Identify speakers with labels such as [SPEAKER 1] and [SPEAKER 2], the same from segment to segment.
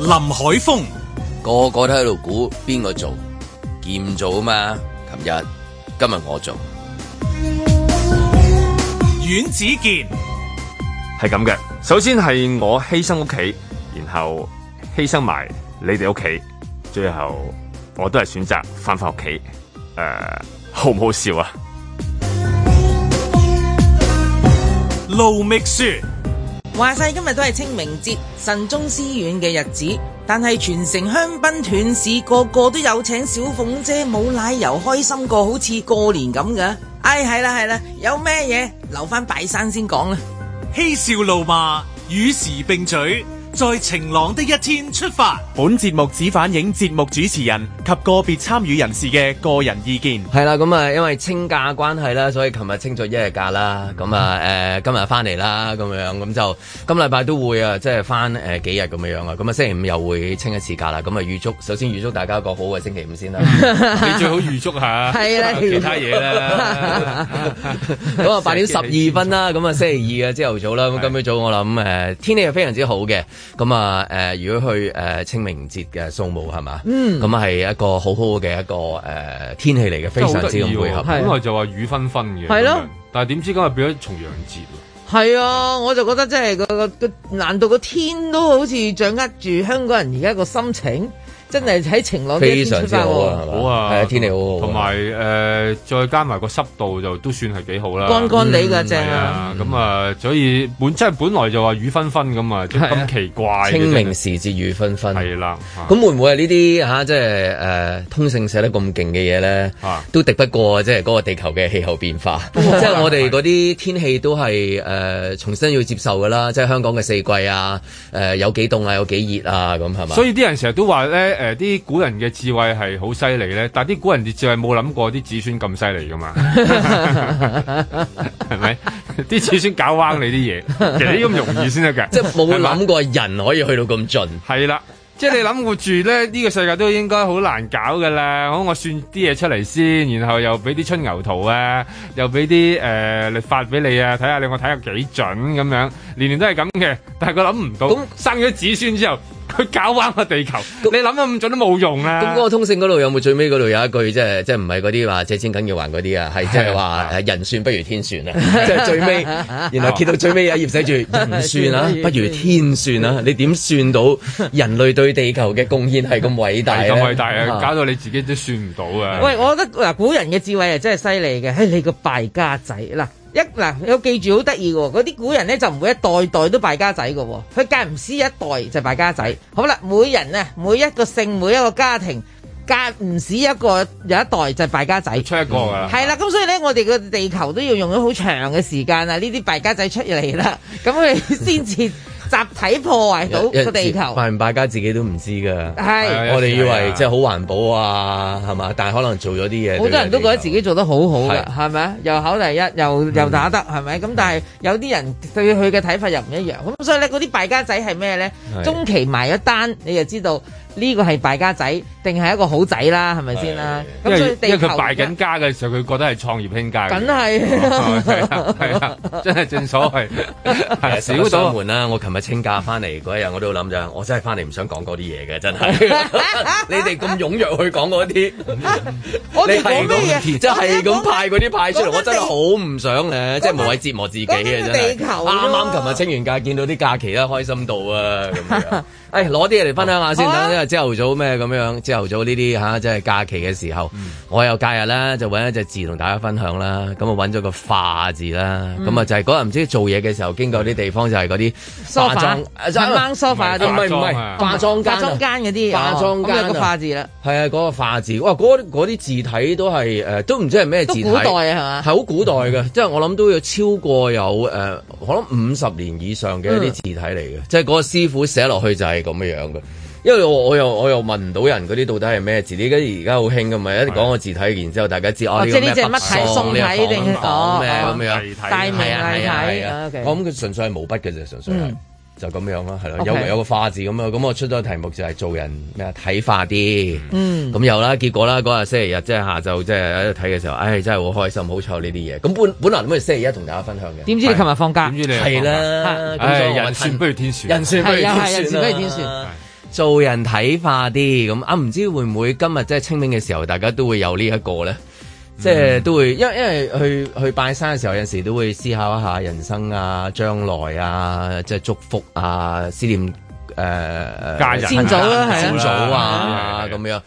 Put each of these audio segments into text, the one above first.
[SPEAKER 1] 林海峰、
[SPEAKER 2] 個個都喺度估邊個做，劍做啊嘛！琴日、今日我做，
[SPEAKER 1] 阮子健、
[SPEAKER 3] 係咁嘅。首先係我犧牲屋企，然後犧牲埋你哋屋企，最後我都係選擇翻返屋企。誒、呃好唔好笑啊？
[SPEAKER 1] 盧覓雪、
[SPEAKER 4] 話晒今日都係清明節，神宗思遠嘅日子，但係全城香檳斷市，個個都有請小鳳姐，冇奶油開心過，好似過年咁嘅。唉，係啦係啦，有咩嘢留翻拜山先講啦。
[SPEAKER 1] 嬉笑怒罵，與時並舉，在晴朗的一天出發。
[SPEAKER 5] 本節目只反映節目主持人及個別參與人士嘅個人意見。
[SPEAKER 2] 係啦，咁啊，因為清假關係啦，所以琴日清咗一日假啦，咁啊，誒、
[SPEAKER 5] 嗯
[SPEAKER 2] 今日翻嚟啦，咁樣咁就今禮拜都會啊，即係翻誒幾日咁樣樣啊，咁啊星期五又會清一次假啦，咁啊預祝首先預祝大家一個好嘅星期五 先啦，
[SPEAKER 6] 你最好預祝下，
[SPEAKER 4] 係啦
[SPEAKER 6] 其他嘢啦。
[SPEAKER 2] 咁啊八點十二分啦，咁啊星期二嘅朝頭早啦，咁今朝早我諗誒、天氣係非常之好嘅，咁啊誒、如果去誒、清明節嘅掃墓係嘛，嗯，咁係一個好好嘅一個誒、天氣嚟嘅，非
[SPEAKER 6] 真係
[SPEAKER 2] 常
[SPEAKER 6] 好
[SPEAKER 2] 之
[SPEAKER 6] 得意
[SPEAKER 2] 咁配
[SPEAKER 6] 喎！
[SPEAKER 2] 合。
[SPEAKER 6] 本來就話雨紛紛嘅，
[SPEAKER 4] 係咯
[SPEAKER 6] 咁樣，但係點知今日變咗重陽節喎。
[SPEAKER 4] 係啊，我就覺得真係個個個難道個天都好似掌握住香港人而家個心情，真係喺晴朗的一
[SPEAKER 2] 非
[SPEAKER 4] 天
[SPEAKER 2] 常
[SPEAKER 4] 出
[SPEAKER 2] 之
[SPEAKER 4] 發
[SPEAKER 2] 好啊，
[SPEAKER 4] 喎，
[SPEAKER 2] 係嘛
[SPEAKER 6] 好啊，
[SPEAKER 2] 係啊，天氣好好啊，
[SPEAKER 6] 同埋誒，再加埋個濕度就都算係幾好啦。
[SPEAKER 4] 乾乾地㗎正
[SPEAKER 6] 係
[SPEAKER 4] 啊！
[SPEAKER 6] 啊，咁啊，所以本即係本來就話雨紛紛咁啊，即係咁奇怪嘅。
[SPEAKER 2] 清明時節雨紛紛。
[SPEAKER 6] 係啦，啊
[SPEAKER 2] 咁會唔會係呢啲啊嚇，即係誒通勝寫得咁勁嘅嘢咧
[SPEAKER 6] 啊，
[SPEAKER 2] 都敵不過即係嗰個地球嘅氣候 變化，即係我哋嗰啲天氣都係誒重新要接受㗎啦，即係香港嘅四季啊，誒有幾凍啊，有幾熱啊，咁係嘛？
[SPEAKER 6] 所以啲人成日都話咧，誒呃啲古人嘅智慧係好犀利咧，但係啲古人嘅智慧冇諗過啲子孫咁犀利噶 嘛，係咪？啲子孫搞彎你啲嘢，其實呢咁容易先得㗎。
[SPEAKER 2] 即係冇諗過人可以去到咁盡，
[SPEAKER 6] 係啦，即係你諗過住咧，呢、個世界都應該好難搞噶啦。好，我算啲嘢出嚟先，然後又俾啲春牛圖啊，又俾啲誒律法俾你啊，睇下你我睇下幾準咁樣，年年都係咁嘅。但係佢諗唔
[SPEAKER 2] 咁
[SPEAKER 6] 到，生咗子孫之後， 佢搞彎個地球，你諗得咁準都冇用啊！
[SPEAKER 2] 咁嗰個通勝嗰度有冇最尾嗰度有一句即係即係唔係嗰啲話借錢緊要還嗰啲啊？係即係話誒人算不如天算 啊！即係 最尾，然後揭到最尾啊有一頁寫住人算啊，不如天算啊！你點算到人類對地球嘅貢獻係咁偉大
[SPEAKER 6] 係
[SPEAKER 2] 咧
[SPEAKER 6] 咁偉大啊，搞到你自己都算唔到啊！
[SPEAKER 4] 喂，我覺得嗱，古人嘅智慧係真係犀利嘅，唉，你個敗家仔嗱。一嗱，有記住好得意嘅喎，嗰啲古人咧就唔會一代代都敗家仔嘅喎，佢間唔時一代就敗家仔。好啦，每人啊，每一個姓，每一個家庭，間唔時一個有一代就敗家仔。
[SPEAKER 6] 出一個㗎啦，
[SPEAKER 4] 係啦，咁所以咧，我哋個地球都要用咗好長嘅時間啊，呢啲敗家仔出嚟啦，咁佢先至集體破壞到 個地球。
[SPEAKER 2] 敗唔敗家自己都唔知㗎。
[SPEAKER 4] 係。
[SPEAKER 6] 係啊
[SPEAKER 2] 我哋以為即
[SPEAKER 6] 係
[SPEAKER 2] 係好環保啊，係嘛？但係可能做咗啲嘢，
[SPEAKER 4] 好多人都覺得自己做得好好
[SPEAKER 2] 係嗯
[SPEAKER 4] 嘅，係咪啊？又考第一，又又打得，係咪？咁但係有啲人對佢嘅睇法又唔一樣，咁所以咧嗰啲敗家仔係咩咧？
[SPEAKER 2] 係
[SPEAKER 4] 中期埋咗單，你就知道呢個係敗家仔定係一個好仔啦，係咪先啦？
[SPEAKER 6] 因
[SPEAKER 4] 咁所以
[SPEAKER 6] 為因為
[SPEAKER 4] 地球
[SPEAKER 6] 佢敗緊家嘅時候，佢覺得係創業興家嘅。
[SPEAKER 4] 梗 係
[SPEAKER 2] 哦
[SPEAKER 4] 啦
[SPEAKER 6] 係啊係啊，真係正所 謂係
[SPEAKER 2] 少
[SPEAKER 6] 少
[SPEAKER 2] 咗
[SPEAKER 6] 到
[SPEAKER 2] 門啦！我琴日清假翻嚟嗰一日，我都諗就，我真係翻嚟唔想講嗰啲嘢 嘅，真係。你哋咁踴躍去講嗰啲，
[SPEAKER 4] 我
[SPEAKER 2] 你係
[SPEAKER 4] 哋講咩嘢？
[SPEAKER 2] 咁，即係咁派嗰啲派出嚟，我真係好唔想咧，即係
[SPEAKER 4] 講緊
[SPEAKER 2] 無謂折磨自己嘅真係。
[SPEAKER 4] 講緊個地球啫
[SPEAKER 2] 啱啱琴日清完假，見到啲假期啦，開心到啊咁樣。 誒，攞啲嘢嚟分享下先，
[SPEAKER 4] 好啊
[SPEAKER 2] 等因為朝頭早咩咁樣，朝頭早呢啲啊嚇，即係假期嘅時候，
[SPEAKER 4] 嗯
[SPEAKER 2] 我有假日啦，就揾一隻字同大家分享啦。咁啊揾咗個化字啦，
[SPEAKER 4] 嗯
[SPEAKER 2] 咁啊就係嗰日唔知做嘢嘅時候經過啲地方就係嗰啲化
[SPEAKER 4] sofa
[SPEAKER 2] 妝，呃
[SPEAKER 4] 掹 sofa 嗰
[SPEAKER 2] 唔係
[SPEAKER 4] 啲
[SPEAKER 2] 唔
[SPEAKER 6] 化
[SPEAKER 2] 係
[SPEAKER 6] 妝啊
[SPEAKER 2] 化妝間
[SPEAKER 4] 化
[SPEAKER 2] 啊
[SPEAKER 4] 妝間嗰啲，
[SPEAKER 2] 化妝間啊
[SPEAKER 4] 哦咁有個化字啦，
[SPEAKER 2] 係啊，嗰、個化字，哇！嗰嗰啲字體都係誒、呃都唔知係咩字
[SPEAKER 4] 都
[SPEAKER 2] 體，
[SPEAKER 4] 古代啊，係
[SPEAKER 2] 係好古代嘅，即係我諗都要超過有誒、呃我諗五十年以上嘅一啲
[SPEAKER 4] 嗯
[SPEAKER 2] 字體嚟嘅，即係嗰個師傅寫落去就係咁樣樣嘅。因為我我又我又問唔到人嗰啲到底係咩字，你而家而家好興㗎嘛，一講個字體，然之後大家知哦，
[SPEAKER 4] 哦
[SPEAKER 2] 呢
[SPEAKER 4] 即
[SPEAKER 2] 個
[SPEAKER 4] 係呢
[SPEAKER 2] 咩北
[SPEAKER 4] 隻乜體
[SPEAKER 2] 宋
[SPEAKER 4] 宋
[SPEAKER 2] 呢個
[SPEAKER 4] 體定係
[SPEAKER 2] 仿咩
[SPEAKER 4] 哦
[SPEAKER 2] 咁樣。
[SPEAKER 6] 係
[SPEAKER 4] 嘛？
[SPEAKER 6] 睇
[SPEAKER 4] 大明
[SPEAKER 2] 係啊係啊係
[SPEAKER 4] 大
[SPEAKER 2] 啊
[SPEAKER 4] 體，
[SPEAKER 2] 我
[SPEAKER 4] ，OK。
[SPEAKER 2] 諗佢純粹係毛筆嘅啫，純粹係
[SPEAKER 4] 嗯
[SPEAKER 2] 就咁樣啦，係啦，有
[SPEAKER 4] OK
[SPEAKER 2] 有個花字咁樣，咁我出咗個題目就係做人咩啊睇化啲，
[SPEAKER 4] 嗯
[SPEAKER 2] 咁有啦，結果啦嗰日星期日即係下晝即係喺度睇嘅時候，唉真係好開心，好彩有呢啲嘢，咁本本來諗住星期一同大家分享嘅，
[SPEAKER 4] 點知你琴日放假
[SPEAKER 6] 點？知你又
[SPEAKER 2] 係啦，咁所以
[SPEAKER 6] 唉，
[SPEAKER 2] 我
[SPEAKER 6] 人
[SPEAKER 2] 話
[SPEAKER 6] 算
[SPEAKER 2] 趁
[SPEAKER 6] 不如天算，
[SPEAKER 2] 人算不如
[SPEAKER 4] 係
[SPEAKER 2] 天
[SPEAKER 4] 啊係啊人算不如天
[SPEAKER 2] 算啦
[SPEAKER 4] 算。
[SPEAKER 2] 做人睇化啲咁啊，唔知會唔會今日即係清明嘅時候，大家都會有呢一個咧？即係都會，因為因為去去拜山嘅時候，有陣時都會思考一下人生啊、將來啊、即係祝福啊、思念誒、呃、
[SPEAKER 6] 家人
[SPEAKER 4] 先祖啦係啊
[SPEAKER 2] 先祖啊
[SPEAKER 6] 係啊
[SPEAKER 2] 咁樣，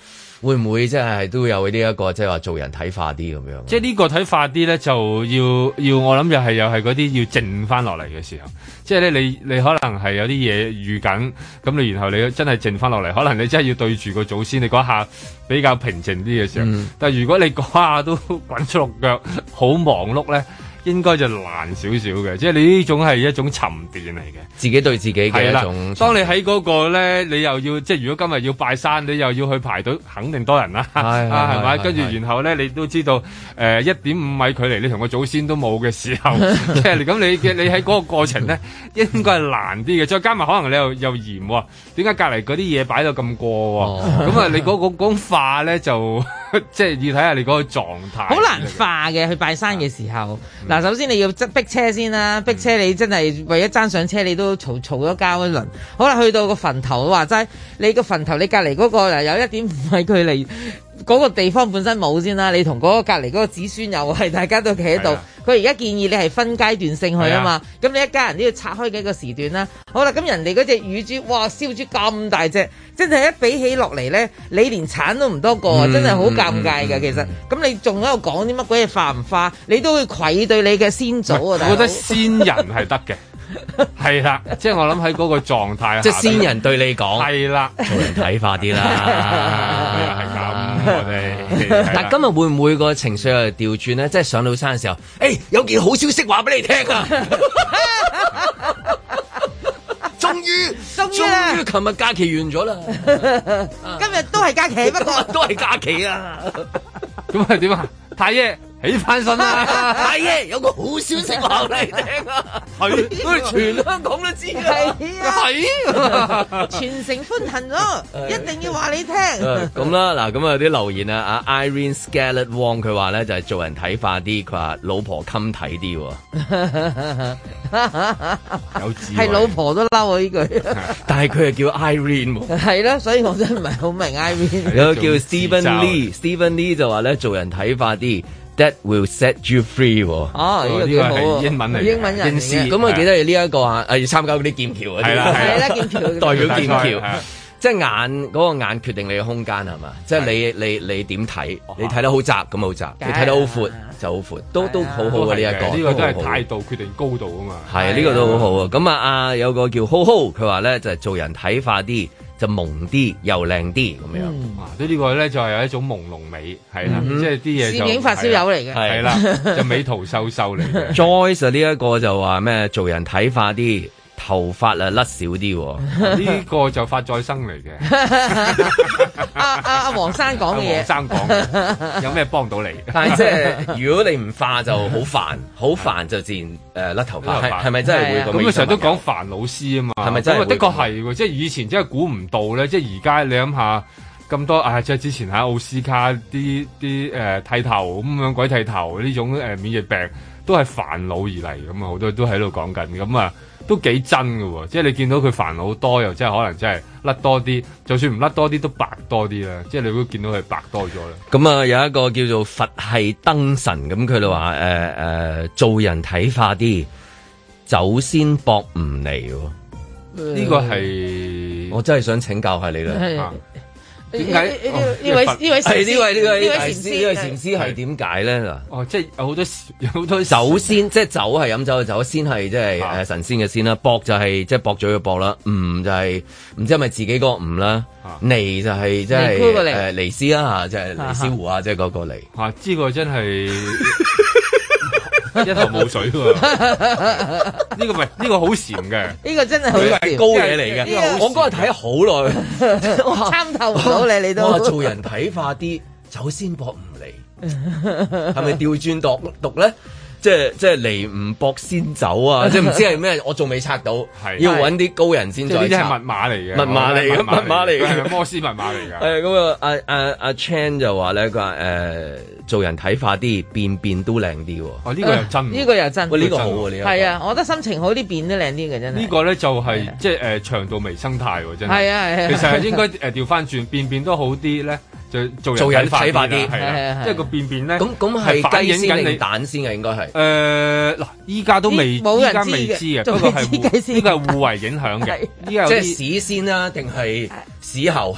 [SPEAKER 2] 會唔會即係都有呢一個即係話做人睇化啲咁樣？啊
[SPEAKER 6] 即係呢個睇法啲咧，就要要我諗又係又係嗰啲要靜翻落嚟嘅時候，即係咧你你可能係有啲嘢預緊，咁你然後你真係靜翻落嚟，可能你真係要對住個祖先，你嗰下比較平靜啲嘅時候。但係如果你嗰下都滾出落腳，好忙碌咧，應該就難少少嘅，即係你呢種係一種沉澱嚟嘅。
[SPEAKER 2] 自己對自己嘅
[SPEAKER 6] 係
[SPEAKER 2] 一
[SPEAKER 6] 啦
[SPEAKER 2] 種，，
[SPEAKER 6] 當你喺嗰個咧，你又要即係如果今日要拜山，你又要去排隊，肯定多人啦，
[SPEAKER 2] 係係
[SPEAKER 6] 啊係咪？
[SPEAKER 2] 係
[SPEAKER 6] 跟住
[SPEAKER 2] 係
[SPEAKER 6] 然後咧，你都知道誒一點五米距離，你同個祖先都冇嘅時候， 即係咁你嘅你喺嗰個過程咧， 應該係難啲嘅。再加埋可能你又又嫌喎，點解隔離嗰啲嘢擺到咁過
[SPEAKER 2] 哦
[SPEAKER 6] 喎？咁啊，你嗰個講化咧就 即係要睇下你嗰個狀態。
[SPEAKER 4] 好難化嘅，去拜山嘅時候，
[SPEAKER 6] 嗯
[SPEAKER 4] 嗱、首先你要即逼車先啦，逼車你真係為咗爭上車，你都嘈嘈咗交一輪。好啦，去到個墳頭話齋，你個墳頭你隔離嗰個嗱有一點五米距離， 嗰、個地方本身冇先啦，你同嗰個隔離嗰個子孫又係大家都企喺度
[SPEAKER 6] 係啊。
[SPEAKER 4] 佢而家建議你係分階段性去啊
[SPEAKER 6] 係
[SPEAKER 4] 嘛，咁你一家人都要拆開幾個時段啦。好啦，咁人哋嗰只乳豬，哇，燒豬咁大隻，真係一比起落嚟咧，你連產都唔多過
[SPEAKER 2] 嗯
[SPEAKER 4] 啊，真係好尷尬㗎。其實，咁你仲喺度講啲乜鬼嘢化唔化，你都會愧對你嘅先祖啊！大
[SPEAKER 6] 我覺
[SPEAKER 4] 佬
[SPEAKER 6] 得先 人係得 嘅，係啦，即係我諗喺嗰個狀態下
[SPEAKER 2] 即係先人對你講，
[SPEAKER 6] 係啦。啊
[SPEAKER 2] 做人 睇化啲啦。
[SPEAKER 6] 係啊咁，我哋
[SPEAKER 2] 啊但今日會唔會個情緒又調轉咧？即係上到山嘅時候，誒、有件好消息話俾你聽 啊！終於，
[SPEAKER 4] 終於啦
[SPEAKER 2] 終於，琴日假期完咗啦，
[SPEAKER 4] 今日都係假期，不
[SPEAKER 2] 今
[SPEAKER 4] 過
[SPEAKER 2] 日 都係 假期啊！
[SPEAKER 6] 咁係點啊？太爺起翻身啦！
[SPEAKER 2] 係嘅，有個好消息話俾你聽啊！
[SPEAKER 6] 係
[SPEAKER 2] 我哋全香港都知啊！
[SPEAKER 4] 係啊，
[SPEAKER 6] 係
[SPEAKER 4] 全城歡騰咯，一定要話你聽。
[SPEAKER 2] 咁啦，嗱，咁啊有啲留言啊，阿 Irene Scarlett Wong 佢話咧就係做人睇化啲，佢話老婆襟睇啲喎。
[SPEAKER 6] 有智慧
[SPEAKER 4] 係老婆都嬲啊我呢句，
[SPEAKER 2] 但 係佢又叫 Irene 喎。
[SPEAKER 4] 係咯，所以我真係唔係好明 Irene。
[SPEAKER 2] 有個叫
[SPEAKER 6] 做
[SPEAKER 2] Stephen
[SPEAKER 6] 自嘲
[SPEAKER 2] Lee，Stephen Lee 就話咧做人睇化啲，That will set you free 喎。
[SPEAKER 4] 哦，呢個
[SPEAKER 6] 呢
[SPEAKER 4] 幾
[SPEAKER 6] 個
[SPEAKER 4] 好
[SPEAKER 6] 係
[SPEAKER 4] 喎
[SPEAKER 6] 英文嚟嘅
[SPEAKER 4] 英文人嚟
[SPEAKER 6] 英詩
[SPEAKER 4] 嘅，
[SPEAKER 2] 咁我記得你呢一個啊，誒要參加嗰啲劍橋嗰
[SPEAKER 6] 係
[SPEAKER 2] 啲
[SPEAKER 6] 啦，
[SPEAKER 4] 係啦，劍橋
[SPEAKER 2] 代表
[SPEAKER 6] 係
[SPEAKER 2] 劍橋
[SPEAKER 6] 啊，
[SPEAKER 2] 即係眼嗰個眼決定你嘅空間係嘛？即係你你你點睇？你睇得好窄咁好窄，你
[SPEAKER 4] 梗係啦
[SPEAKER 2] 睇得好闊就好闊，都都好好
[SPEAKER 6] 都
[SPEAKER 2] 嘅
[SPEAKER 6] 係嘅
[SPEAKER 2] 呢一
[SPEAKER 6] 呢
[SPEAKER 2] 個，
[SPEAKER 6] 個都係
[SPEAKER 2] 好好
[SPEAKER 6] 態度決定高度啊嘛。
[SPEAKER 2] 係呢個都好好啊！咁啊啊有個叫 Ho Ho，佢話咧就係做人睇化啲，就萌啲又靚啲咁樣。
[SPEAKER 6] 哇！嗯啊呢呢個咧就係有一種朦朧美，係啦，即係啲嘢就
[SPEAKER 4] 攝影發燒友嚟嘅，
[SPEAKER 6] 係啦， 就美圖秀秀嚟嘅。
[SPEAKER 2] Joyce 啊呢一個就話咩做人睇化啲，頭髮啊甩少啲喎。
[SPEAKER 6] 呢個就發再生嚟嘅，
[SPEAKER 4] 阿阿阿黃生
[SPEAKER 6] 阿
[SPEAKER 4] 講嘅
[SPEAKER 6] 黃
[SPEAKER 4] 嘢，
[SPEAKER 6] 生講 嘅，有咩幫到你？
[SPEAKER 2] 但係即係如果你唔化啊就好煩， 好煩就自然誒甩頭髮，
[SPEAKER 6] 甩
[SPEAKER 2] 係
[SPEAKER 6] 頭髮
[SPEAKER 2] 啊係咪真係會咁嘅
[SPEAKER 6] 咁
[SPEAKER 2] 意
[SPEAKER 6] 啊佢
[SPEAKER 2] 思啊？
[SPEAKER 6] 成日都講煩老師啊嘛，
[SPEAKER 2] 係咪真係
[SPEAKER 6] 咁啊
[SPEAKER 2] 會
[SPEAKER 6] 的確係喎，即係以前真係估唔到咧，即係而家你諗下咁多啊，即係之前喺奧斯卡啲啲誒剃頭咁樣鬼剃頭呢種誒、呃免疫病都係煩惱而嚟咁啊，好多都喺度講緊咁啊。都幾真嘅喎，即係你見到佢煩惱多，又真係可能真係甩多啲，就算唔甩多啲都白多啲啦，即係你會見到佢白多咗 啦。
[SPEAKER 2] 咁啊，有一個叫做佛系燈神，咁佢就話誒誒做人睇化啲，走先搏唔嚟喎。
[SPEAKER 6] 呢個係
[SPEAKER 2] 我真係想請教下你啦。
[SPEAKER 4] 係
[SPEAKER 6] 啊
[SPEAKER 4] 呢
[SPEAKER 6] 點解
[SPEAKER 4] 呢
[SPEAKER 2] 哎
[SPEAKER 4] 呢位
[SPEAKER 6] 哦
[SPEAKER 4] 呢位
[SPEAKER 2] 係呢位呢位
[SPEAKER 4] 呢位
[SPEAKER 2] 大
[SPEAKER 4] 禪師
[SPEAKER 2] 師呢位禪師係點解咧嗱？
[SPEAKER 6] 哦，即係有好多時 有好多時
[SPEAKER 2] 酒先即係酒係飲酒嘅酒，先係即係
[SPEAKER 6] 啊
[SPEAKER 2] 誒神仙嘅仙啦，博就係即係駁嘴嘅博啦，唔就係唔知係咪自己嗰個唔啦
[SPEAKER 6] 啊，
[SPEAKER 2] 尼就係即
[SPEAKER 4] 尼
[SPEAKER 2] 係
[SPEAKER 4] 姑個尼
[SPEAKER 2] 誒尼斯啦嚇，即係尼斯湖啊，即係嗰個尼。
[SPEAKER 6] 哇！呢個真係一頭霧水喎。呢個唔係呢個好禪嘅，
[SPEAKER 4] 呢個真係好
[SPEAKER 2] 佢
[SPEAKER 4] 笑
[SPEAKER 2] 係高嘢嚟
[SPEAKER 4] 呢個好
[SPEAKER 2] 嘅，我嗰日
[SPEAKER 6] 啊
[SPEAKER 2] 睇 好耐，
[SPEAKER 4] 參透唔 到你，你
[SPEAKER 2] 我話
[SPEAKER 4] 都
[SPEAKER 2] 做 人睇化啲，酒先博唔嚟，係咪調轉度讀咧？即即係即係嚟唔博先走啊！即係唔知係咩，我仲未拆到，
[SPEAKER 6] 係
[SPEAKER 2] 要揾啲高人先
[SPEAKER 6] 即係
[SPEAKER 2] 再
[SPEAKER 6] 呢啲係
[SPEAKER 2] 拆
[SPEAKER 6] 密。碼嚟嘅，
[SPEAKER 2] 密碼嚟嘅密碼嚟嘅
[SPEAKER 6] 係摩斯密碼嚟㗎。
[SPEAKER 2] 誒咁啊，阿阿阿 Chan 就話咧，佢話誒做人睇化啲，變變都靚啲喎。
[SPEAKER 6] 哦，呢個又真，
[SPEAKER 4] 呢個又真，
[SPEAKER 2] 喂，呢個好喎，呢個
[SPEAKER 4] 係啊，我覺得心情好啲變得靚啲嘅真係。
[SPEAKER 6] 呢個咧就係
[SPEAKER 4] 係
[SPEAKER 6] 即係誒長度微生態喎，真係。
[SPEAKER 4] 係啊係啊，
[SPEAKER 6] 其實係應該誒調翻轉，便便都好啲咧，就做
[SPEAKER 2] 做
[SPEAKER 6] 睇
[SPEAKER 2] 人睇
[SPEAKER 6] 法
[SPEAKER 2] 法
[SPEAKER 6] 啲啦，
[SPEAKER 2] 啲
[SPEAKER 6] 係
[SPEAKER 4] 係係
[SPEAKER 6] 啦
[SPEAKER 4] 係
[SPEAKER 6] 即係個便便咧。
[SPEAKER 2] 咁咁係
[SPEAKER 6] 反
[SPEAKER 2] 雞
[SPEAKER 6] 映緊
[SPEAKER 2] 先定
[SPEAKER 6] 你
[SPEAKER 2] 蛋先嘅應該係。
[SPEAKER 6] 誒嗱，依家都未，
[SPEAKER 4] 咦冇人
[SPEAKER 6] 依家
[SPEAKER 4] 知
[SPEAKER 6] 未
[SPEAKER 4] 嘅
[SPEAKER 6] 知嘅，
[SPEAKER 4] 仲
[SPEAKER 6] 不過係互
[SPEAKER 4] 未知嘅先
[SPEAKER 6] 呢個係互為影響嘅
[SPEAKER 4] 係，
[SPEAKER 6] 依家有
[SPEAKER 2] 即係
[SPEAKER 6] 啲
[SPEAKER 2] 屎先啦，定係屎 後？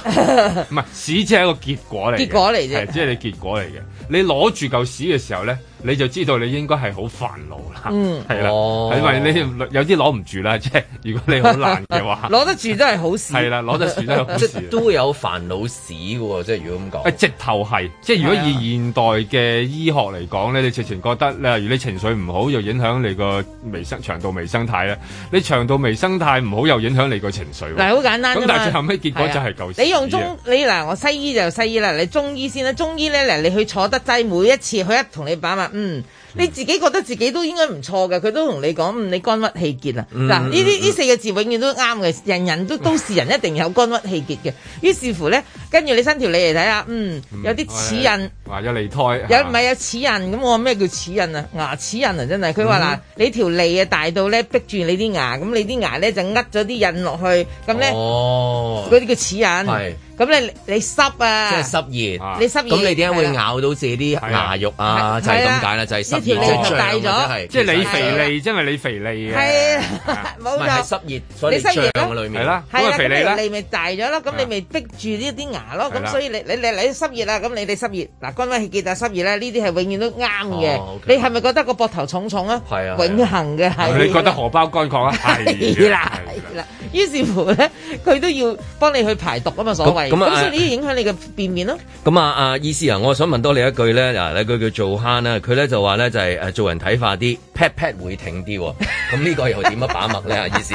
[SPEAKER 6] 唔係屎只係一個結果嚟嘅，
[SPEAKER 4] 結果嚟啫
[SPEAKER 6] 係即係你結果嚟嘅。你攞住嚿屎嘅時候咧，你就知道你應該係好煩惱啦，
[SPEAKER 4] 嗯
[SPEAKER 6] 係啦，
[SPEAKER 2] 哦
[SPEAKER 6] 係因為你有啲攞唔住啦，即係 如果你好難嘅話，
[SPEAKER 4] 攞得住都係好事。
[SPEAKER 6] 係啦，攞得住都係好
[SPEAKER 2] 即
[SPEAKER 6] 事
[SPEAKER 2] 係
[SPEAKER 6] 嚟。
[SPEAKER 2] 都會有煩惱屎嘅喎，即係如果咁
[SPEAKER 6] 誒
[SPEAKER 2] 講。
[SPEAKER 6] 直頭係，即係如果
[SPEAKER 4] 係啊
[SPEAKER 6] 以現代嘅醫學嚟講咧，你直情覺得例如你情緒唔好，又影響你個微生腸道微生態咧；你腸道微生態唔好，又影響你個情緒喎。
[SPEAKER 4] 嗱，好簡單啫
[SPEAKER 6] 咁
[SPEAKER 4] 嘛
[SPEAKER 6] 但係最後尾結果就係舊屎
[SPEAKER 4] 你用
[SPEAKER 6] 啊
[SPEAKER 4] 中你嗱，我西醫就西醫啦，你中醫先啦。中醫咧嗱，你去坐得低，每一次佢一同你把脈，嗯，你自己覺得自己都應該唔錯嘅，佢都同你講，嗯，你肝鬱氣結啊。嗱，呢啲呢四個字永遠都啱嘅，人人
[SPEAKER 6] 嗯
[SPEAKER 4] 都都市人一定有肝鬱氣結嘅。於是乎咧，跟住你伸條脷嚟睇下，嗯，有啲齒印。
[SPEAKER 6] 話有脷啊胎，
[SPEAKER 4] 有
[SPEAKER 6] 係
[SPEAKER 4] 啊唔
[SPEAKER 6] 嘛
[SPEAKER 4] 係有齒印咁？我話咩叫齒印啊？牙齒印啊，真係佢話嗱，
[SPEAKER 6] 嗯
[SPEAKER 4] 你條脷啊大到咧逼住你啲牙，咁你啲牙咧就呃咗啲印落去，咁咧
[SPEAKER 2] 哦，
[SPEAKER 4] 嗰啲叫齒印
[SPEAKER 2] 係。
[SPEAKER 4] 咁你你濕
[SPEAKER 2] 即
[SPEAKER 4] 啊
[SPEAKER 2] 係，濕熱。
[SPEAKER 6] 啊
[SPEAKER 4] 你濕嘢
[SPEAKER 2] 咁你點解會
[SPEAKER 4] 係啦
[SPEAKER 2] 咬到自己啲牙肉啊？
[SPEAKER 4] 係
[SPEAKER 2] 就係咁解啦，就係濕熱，即
[SPEAKER 4] 呢條
[SPEAKER 2] 係
[SPEAKER 4] 脷
[SPEAKER 2] 脹啊
[SPEAKER 4] 大咗
[SPEAKER 2] 真係
[SPEAKER 6] 即係你
[SPEAKER 4] 係
[SPEAKER 6] 肥脷，因為你肥脷
[SPEAKER 4] 係
[SPEAKER 6] 嘅，
[SPEAKER 4] 啊
[SPEAKER 2] 唔
[SPEAKER 4] 冇
[SPEAKER 2] 係係
[SPEAKER 4] 錯。
[SPEAKER 2] 濕熱，所以
[SPEAKER 4] 你濕熱
[SPEAKER 2] 脹
[SPEAKER 4] 咯
[SPEAKER 2] 啊裏面
[SPEAKER 6] 係啦，
[SPEAKER 4] 係
[SPEAKER 6] 咁咪
[SPEAKER 4] 啦，
[SPEAKER 6] 肥
[SPEAKER 4] 咁
[SPEAKER 6] 脷啦
[SPEAKER 4] 你。咪大咗咯，咁
[SPEAKER 6] 係
[SPEAKER 4] 你
[SPEAKER 6] 啊
[SPEAKER 4] 咪逼住呢啲牙咯，
[SPEAKER 6] 係
[SPEAKER 4] 咁
[SPEAKER 6] 啦
[SPEAKER 4] 所以你你你你濕熱啦，咁你哋濕熱，嗱，君威氣結啊濕熱啦，呢啲係永遠都啱
[SPEAKER 2] 哦
[SPEAKER 4] 嘅。
[SPEAKER 2] ，OK
[SPEAKER 4] 你係咪覺得個膊頭重重啊？
[SPEAKER 2] 係啊係啊
[SPEAKER 4] 永恆嘅係。
[SPEAKER 6] 你覺得荷包乾涸啊？係
[SPEAKER 4] 係啦，係啦。於是乎咧，佢都要幫你去排毒啊嘛，所謂。
[SPEAKER 2] 咁咁啊
[SPEAKER 4] 咁所以呢啲影響你嘅便面咯。
[SPEAKER 2] 咁啊啊意思啊，我想問多你一句咧，嗱，你句叫做慳啦，佢咧就話咧就係呃誒做人睇化啲，pat pat 會挺啲 喎。咁呢個又點樣把脈咧？意思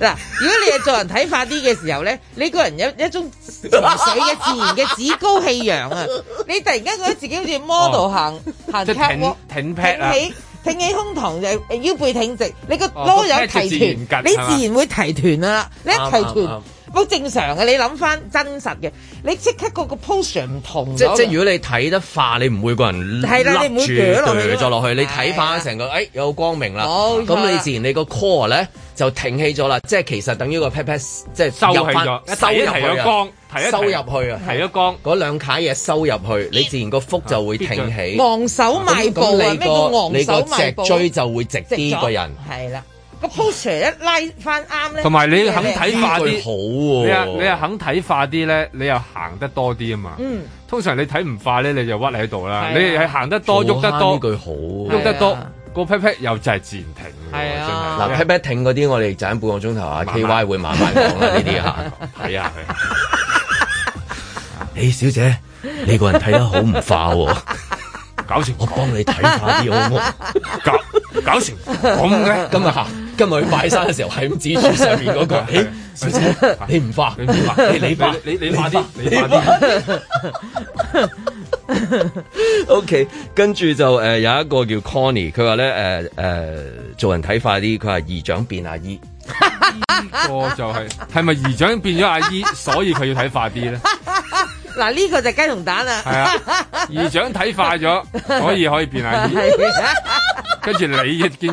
[SPEAKER 4] 嗱，如果你係做人睇法啲嘅時候咧， 你個人有一種情緒嘅自然嘅趾高氣揚 啊！你突然間覺得自己好似 model 行行
[SPEAKER 6] 即係
[SPEAKER 4] catwalk，
[SPEAKER 6] 挺挺 pat
[SPEAKER 4] 挺
[SPEAKER 6] 啊！
[SPEAKER 4] 起挺起胸膛就腰背挺直，你個
[SPEAKER 6] 哦
[SPEAKER 4] 囉柚
[SPEAKER 6] 個 pat 就自
[SPEAKER 4] 提
[SPEAKER 6] 然
[SPEAKER 4] 臀，
[SPEAKER 6] 趌
[SPEAKER 4] 你
[SPEAKER 6] 係嘛
[SPEAKER 4] 自然會提臀啊啦！你一
[SPEAKER 2] 啱
[SPEAKER 4] 提
[SPEAKER 2] 啱啱
[SPEAKER 4] 臀，好正常嘅。你諗翻真實嘅，你即刻個個 posture 唔同
[SPEAKER 2] 即
[SPEAKER 4] 咗
[SPEAKER 2] 即
[SPEAKER 4] 嘅
[SPEAKER 2] 如果你睇得化，你唔會個人
[SPEAKER 4] 係啦你唔會
[SPEAKER 2] 笠住
[SPEAKER 4] 鋸落去
[SPEAKER 2] 墮咗落去，
[SPEAKER 4] 㗎嘛
[SPEAKER 2] 你睇化成個誒有光明啦。
[SPEAKER 4] 冇錯啦
[SPEAKER 2] 咁你自然你個 core 咧就挺起咗啦，即係其實等於個 pat pat 即係
[SPEAKER 6] 收起
[SPEAKER 2] 入返
[SPEAKER 6] 咗，
[SPEAKER 2] 收
[SPEAKER 6] 提一提
[SPEAKER 2] 入去
[SPEAKER 6] 咗
[SPEAKER 2] 啊，
[SPEAKER 6] 光，提一提
[SPEAKER 2] 收入去啊，
[SPEAKER 6] 提咗光。
[SPEAKER 2] 嗰兩卡嘢收入去，你自然個腹就會挺起。
[SPEAKER 4] 昂首邁步啊！咩叫
[SPEAKER 2] 咁
[SPEAKER 4] 昂
[SPEAKER 2] 你個
[SPEAKER 4] 首
[SPEAKER 2] 脊
[SPEAKER 4] 邁步啊？
[SPEAKER 2] 椎就會直
[SPEAKER 4] 直
[SPEAKER 2] 啲個人。
[SPEAKER 4] 係啦，個 posture 一拉翻啱咧，
[SPEAKER 6] 同埋你肯睇化
[SPEAKER 2] 呢句
[SPEAKER 6] 啲
[SPEAKER 2] 好，
[SPEAKER 6] 你又
[SPEAKER 2] 喎，
[SPEAKER 6] 你又肯睇化啲咧，你又行得多啲啊嘛。
[SPEAKER 4] 嗯，
[SPEAKER 6] 通常你睇唔化咧，你就屈喺度啦。
[SPEAKER 4] 係啊
[SPEAKER 6] 你係行得多，喐得
[SPEAKER 2] 呢
[SPEAKER 6] 多，
[SPEAKER 2] 句好喎。
[SPEAKER 6] 喐得
[SPEAKER 4] 係
[SPEAKER 6] 多
[SPEAKER 4] 啊，
[SPEAKER 6] 個 pat pat 又就係自然停嘅
[SPEAKER 4] 係啊
[SPEAKER 6] 喎，
[SPEAKER 2] 嗱
[SPEAKER 6] 真係。
[SPEAKER 2] ，pat pat 挺嗰啲，我哋賺半個鐘頭啊
[SPEAKER 6] 慢慢
[SPEAKER 2] ，K Y 會慢慢講啦，呢啲啊嚇。
[SPEAKER 6] 睇下佢。
[SPEAKER 2] 誒，小姐，你個人睇得好唔化喎，
[SPEAKER 6] 搞成
[SPEAKER 2] 我幫你睇下啲好唔啊好？
[SPEAKER 6] 搞 搞成咁嘅，
[SPEAKER 2] 今日嚇，今日去拜山嘅時候係咁指住上面嗰 個，誒，小姐，你唔化，
[SPEAKER 6] 你唔 化
[SPEAKER 2] 你你化，
[SPEAKER 6] 你你你化啲你化啲
[SPEAKER 2] OK，跟住就誒、呃有一個叫 Connie，佢話咧誒誒做人睇快啲，佢話姨丈變阿姨，
[SPEAKER 6] 個就係係咪姨丈變咗阿姨，所以佢要睇化啲咧？
[SPEAKER 4] 嗱呢個就雞同蛋啦，
[SPEAKER 6] 係啊，姨丈睇化咗，所以可以變阿姨。跟住你見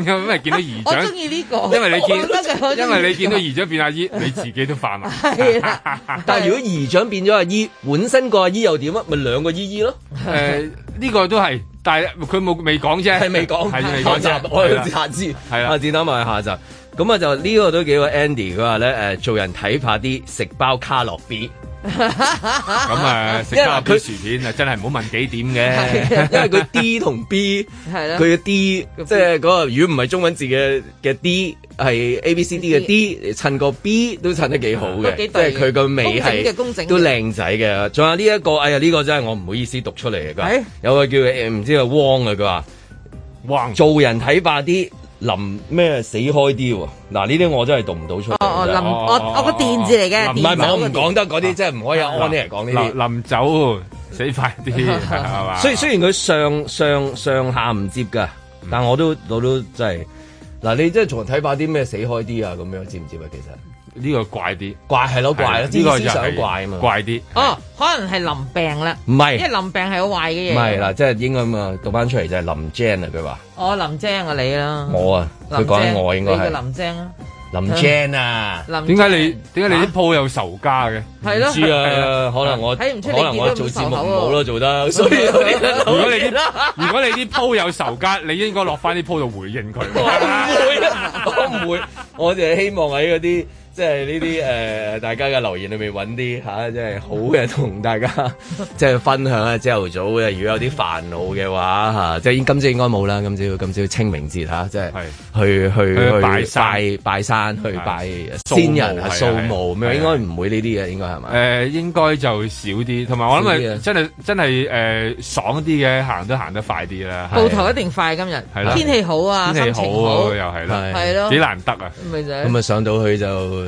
[SPEAKER 6] 到，因為見到姨
[SPEAKER 4] 我
[SPEAKER 6] 丈，
[SPEAKER 4] 中意呢個，
[SPEAKER 6] 因為你見
[SPEAKER 4] 我覺得佢好中意呢個
[SPEAKER 6] 因為你見到姨丈變阿姨，你自己都啊化埋。
[SPEAKER 4] 係啦，
[SPEAKER 2] 但係如果姨丈變咗阿姨，本身個阿姨又點啊？咪兩個姨姨咯，
[SPEAKER 6] 誒，呢個都係，但係佢冇未講啫，
[SPEAKER 2] 係未講，
[SPEAKER 6] 係未講
[SPEAKER 2] 下
[SPEAKER 6] 啫
[SPEAKER 2] 集， 我
[SPEAKER 6] 係啦
[SPEAKER 2] 哋下次
[SPEAKER 6] 係啦
[SPEAKER 2] 下次等埋下集。咁啊就呢個都幾好 Andy，佢話咧誒做人睇怕啲，食包卡樂 B，
[SPEAKER 6] 咁啊，食
[SPEAKER 2] 因為
[SPEAKER 6] 卡
[SPEAKER 2] 佢
[SPEAKER 6] 片薯片啊，真係唔好問幾點嘅。
[SPEAKER 2] 因為佢 D 同 B。
[SPEAKER 4] 係啦，
[SPEAKER 2] 佢嘅 D
[SPEAKER 4] 啊個 B
[SPEAKER 2] 即係嗰個，如果唔係中文字嘅嘅 D 係 A B C D 嘅 D，襯個 B 都襯得幾好
[SPEAKER 4] 都
[SPEAKER 2] 嘅，即
[SPEAKER 4] 幾對
[SPEAKER 2] 係佢個尾
[SPEAKER 4] 工整嘅工整
[SPEAKER 2] 係
[SPEAKER 4] 嘅
[SPEAKER 2] 都靚仔嘅。仲有呢一個，哎呀呢個真係我唔好意思讀出嚟啊嘅。佢
[SPEAKER 4] 係
[SPEAKER 2] 話有個叫誒唔知啊汪啊，佢話
[SPEAKER 6] 哇！
[SPEAKER 2] 做人睇化啲，臨咩死開啲喎。嗱呢啲我真係讀唔到出嚟
[SPEAKER 4] 哦哦林
[SPEAKER 2] 㗎。
[SPEAKER 4] 我我個電字嚟嘅，
[SPEAKER 2] 唔係
[SPEAKER 4] 電
[SPEAKER 2] 唔
[SPEAKER 4] 字
[SPEAKER 6] 啊
[SPEAKER 2] 係，我唔講得嗰啲，真係唔可以阿安嚟講呢
[SPEAKER 6] 臨
[SPEAKER 2] 啲。
[SPEAKER 6] 臨走，死快啲係嘛？
[SPEAKER 2] 雖雖然佢上上上下唔接㗎，
[SPEAKER 6] 嗯
[SPEAKER 2] 但我都我都真係嗱，你真係從睇怕啲咩死開啲啊咁樣，知唔知啊？其實
[SPEAKER 6] 呢個怪啲，
[SPEAKER 2] 怪係咯，怪咯，
[SPEAKER 6] 呢
[SPEAKER 2] 呢
[SPEAKER 6] 個
[SPEAKER 2] 個思
[SPEAKER 6] 就
[SPEAKER 2] 想
[SPEAKER 6] 係
[SPEAKER 2] 怪啊嘛，
[SPEAKER 6] 怪啲。
[SPEAKER 4] 哦，可能係臨病啦，
[SPEAKER 2] 唔
[SPEAKER 4] 因為
[SPEAKER 2] 係
[SPEAKER 4] 臨病係好壞嘅
[SPEAKER 2] 唔
[SPEAKER 4] 嘢。
[SPEAKER 2] 係嗱，即係應該咁啊，讀翻出嚟就係林 Jan 啊，佢話
[SPEAKER 4] 我林姐我你啦，
[SPEAKER 2] 我啊，佢
[SPEAKER 4] 林
[SPEAKER 2] 講
[SPEAKER 4] 姐
[SPEAKER 2] 緊我應該
[SPEAKER 4] 你
[SPEAKER 2] 係
[SPEAKER 4] 個林姐啊，
[SPEAKER 2] 林 Jan 啊。
[SPEAKER 4] 林
[SPEAKER 6] 點解你點解你啲鋪有仇家嘅？
[SPEAKER 4] 係
[SPEAKER 2] 唔
[SPEAKER 4] 咯？
[SPEAKER 2] 知啊，可能我可
[SPEAKER 4] 睇唔出你
[SPEAKER 2] 能我
[SPEAKER 4] 見到
[SPEAKER 2] 做
[SPEAKER 4] 咁
[SPEAKER 2] 節
[SPEAKER 4] 瘦
[SPEAKER 2] 目
[SPEAKER 4] 口
[SPEAKER 2] 唔
[SPEAKER 4] 喎
[SPEAKER 2] 好咯，做 得所以有啲人
[SPEAKER 6] 如果你啲如果你啲鋪有仇家，你應該落翻啲鋪度回 應佢。
[SPEAKER 2] 我唔會啊， 我唔會，我就係希望喺嗰啲即係呢啲誒呃大家嘅留言裏面揾啲嚇，即係好嘅同大家 即係分享啊。朝頭早嘅，如果有啲煩惱嘅話嚇，即係今朝應該冇啦。今朝今朝清明節嚇，即
[SPEAKER 6] 係
[SPEAKER 2] 係去去
[SPEAKER 6] 去
[SPEAKER 2] 去
[SPEAKER 6] 拜山
[SPEAKER 2] 拜拜山，去
[SPEAKER 6] 係
[SPEAKER 2] 拜
[SPEAKER 6] 掃
[SPEAKER 2] 先
[SPEAKER 6] 墓
[SPEAKER 2] 人啊
[SPEAKER 6] 係
[SPEAKER 2] 掃
[SPEAKER 6] 係
[SPEAKER 2] 墓咁樣，
[SPEAKER 6] 係
[SPEAKER 2] 應該唔會呢啲嘅，應該係嘛？
[SPEAKER 6] 誒應該就少啲，同埋我諗係真係真係誒爽啲嘅，行都行得快啲啦。
[SPEAKER 4] 步頭一定快今日
[SPEAKER 6] 係啦，
[SPEAKER 4] 天氣好啊，
[SPEAKER 6] 天氣
[SPEAKER 4] 心
[SPEAKER 6] 好
[SPEAKER 4] 情
[SPEAKER 6] 啊
[SPEAKER 4] 好，
[SPEAKER 6] 又係啦，
[SPEAKER 4] 係咯
[SPEAKER 6] 幾，難得啊！
[SPEAKER 4] 咪就係
[SPEAKER 2] 咁啊，上到去就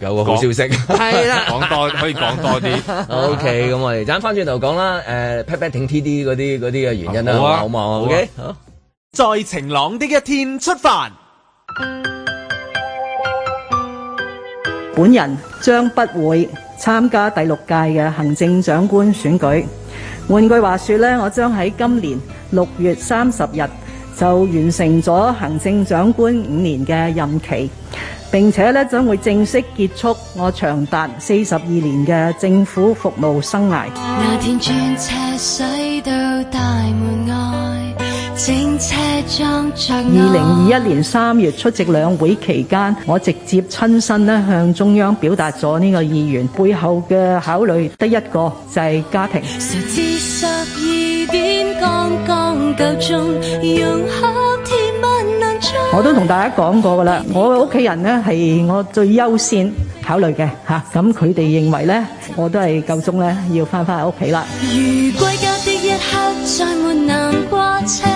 [SPEAKER 2] 有個好消息。
[SPEAKER 4] 係啦，
[SPEAKER 6] 講多可以講多 啲，
[SPEAKER 2] O K，咁我哋陣翻轉頭講啦，誒 pat pat 挺 T D 嗰啲嗰啲嘅原因啦，
[SPEAKER 6] 好啊
[SPEAKER 2] 好嘛？O
[SPEAKER 6] 好啊
[SPEAKER 2] K，
[SPEAKER 1] 在晴朗的一天出發。
[SPEAKER 7] 本人將不會參加第六屆嘅行政長官選舉。換句話說呢，我將喺今年六月三十日就完成咗行政長官五年嘅任期，並且呢將會正式結束我長達四十二年嘅政府服務生涯。
[SPEAKER 8] 那天轉車駛到大門外，整車裝着
[SPEAKER 7] 二零二一年三月出席兩會期間，我直接親身咧向中央表達咗呢個意願，背後嘅考慮得一個就係家庭。
[SPEAKER 8] 誰知十二點剛剛夠鐘，融洽甜蜜難捉。
[SPEAKER 7] 我都同大家講過㗎啦，我嘅屋企人呢係我最優先考慮嘅嚇，咁佢哋認為呢，我都係夠鐘呢，要翻返屋企啦。
[SPEAKER 8] 如歸家的一刻，再沒南瓜車，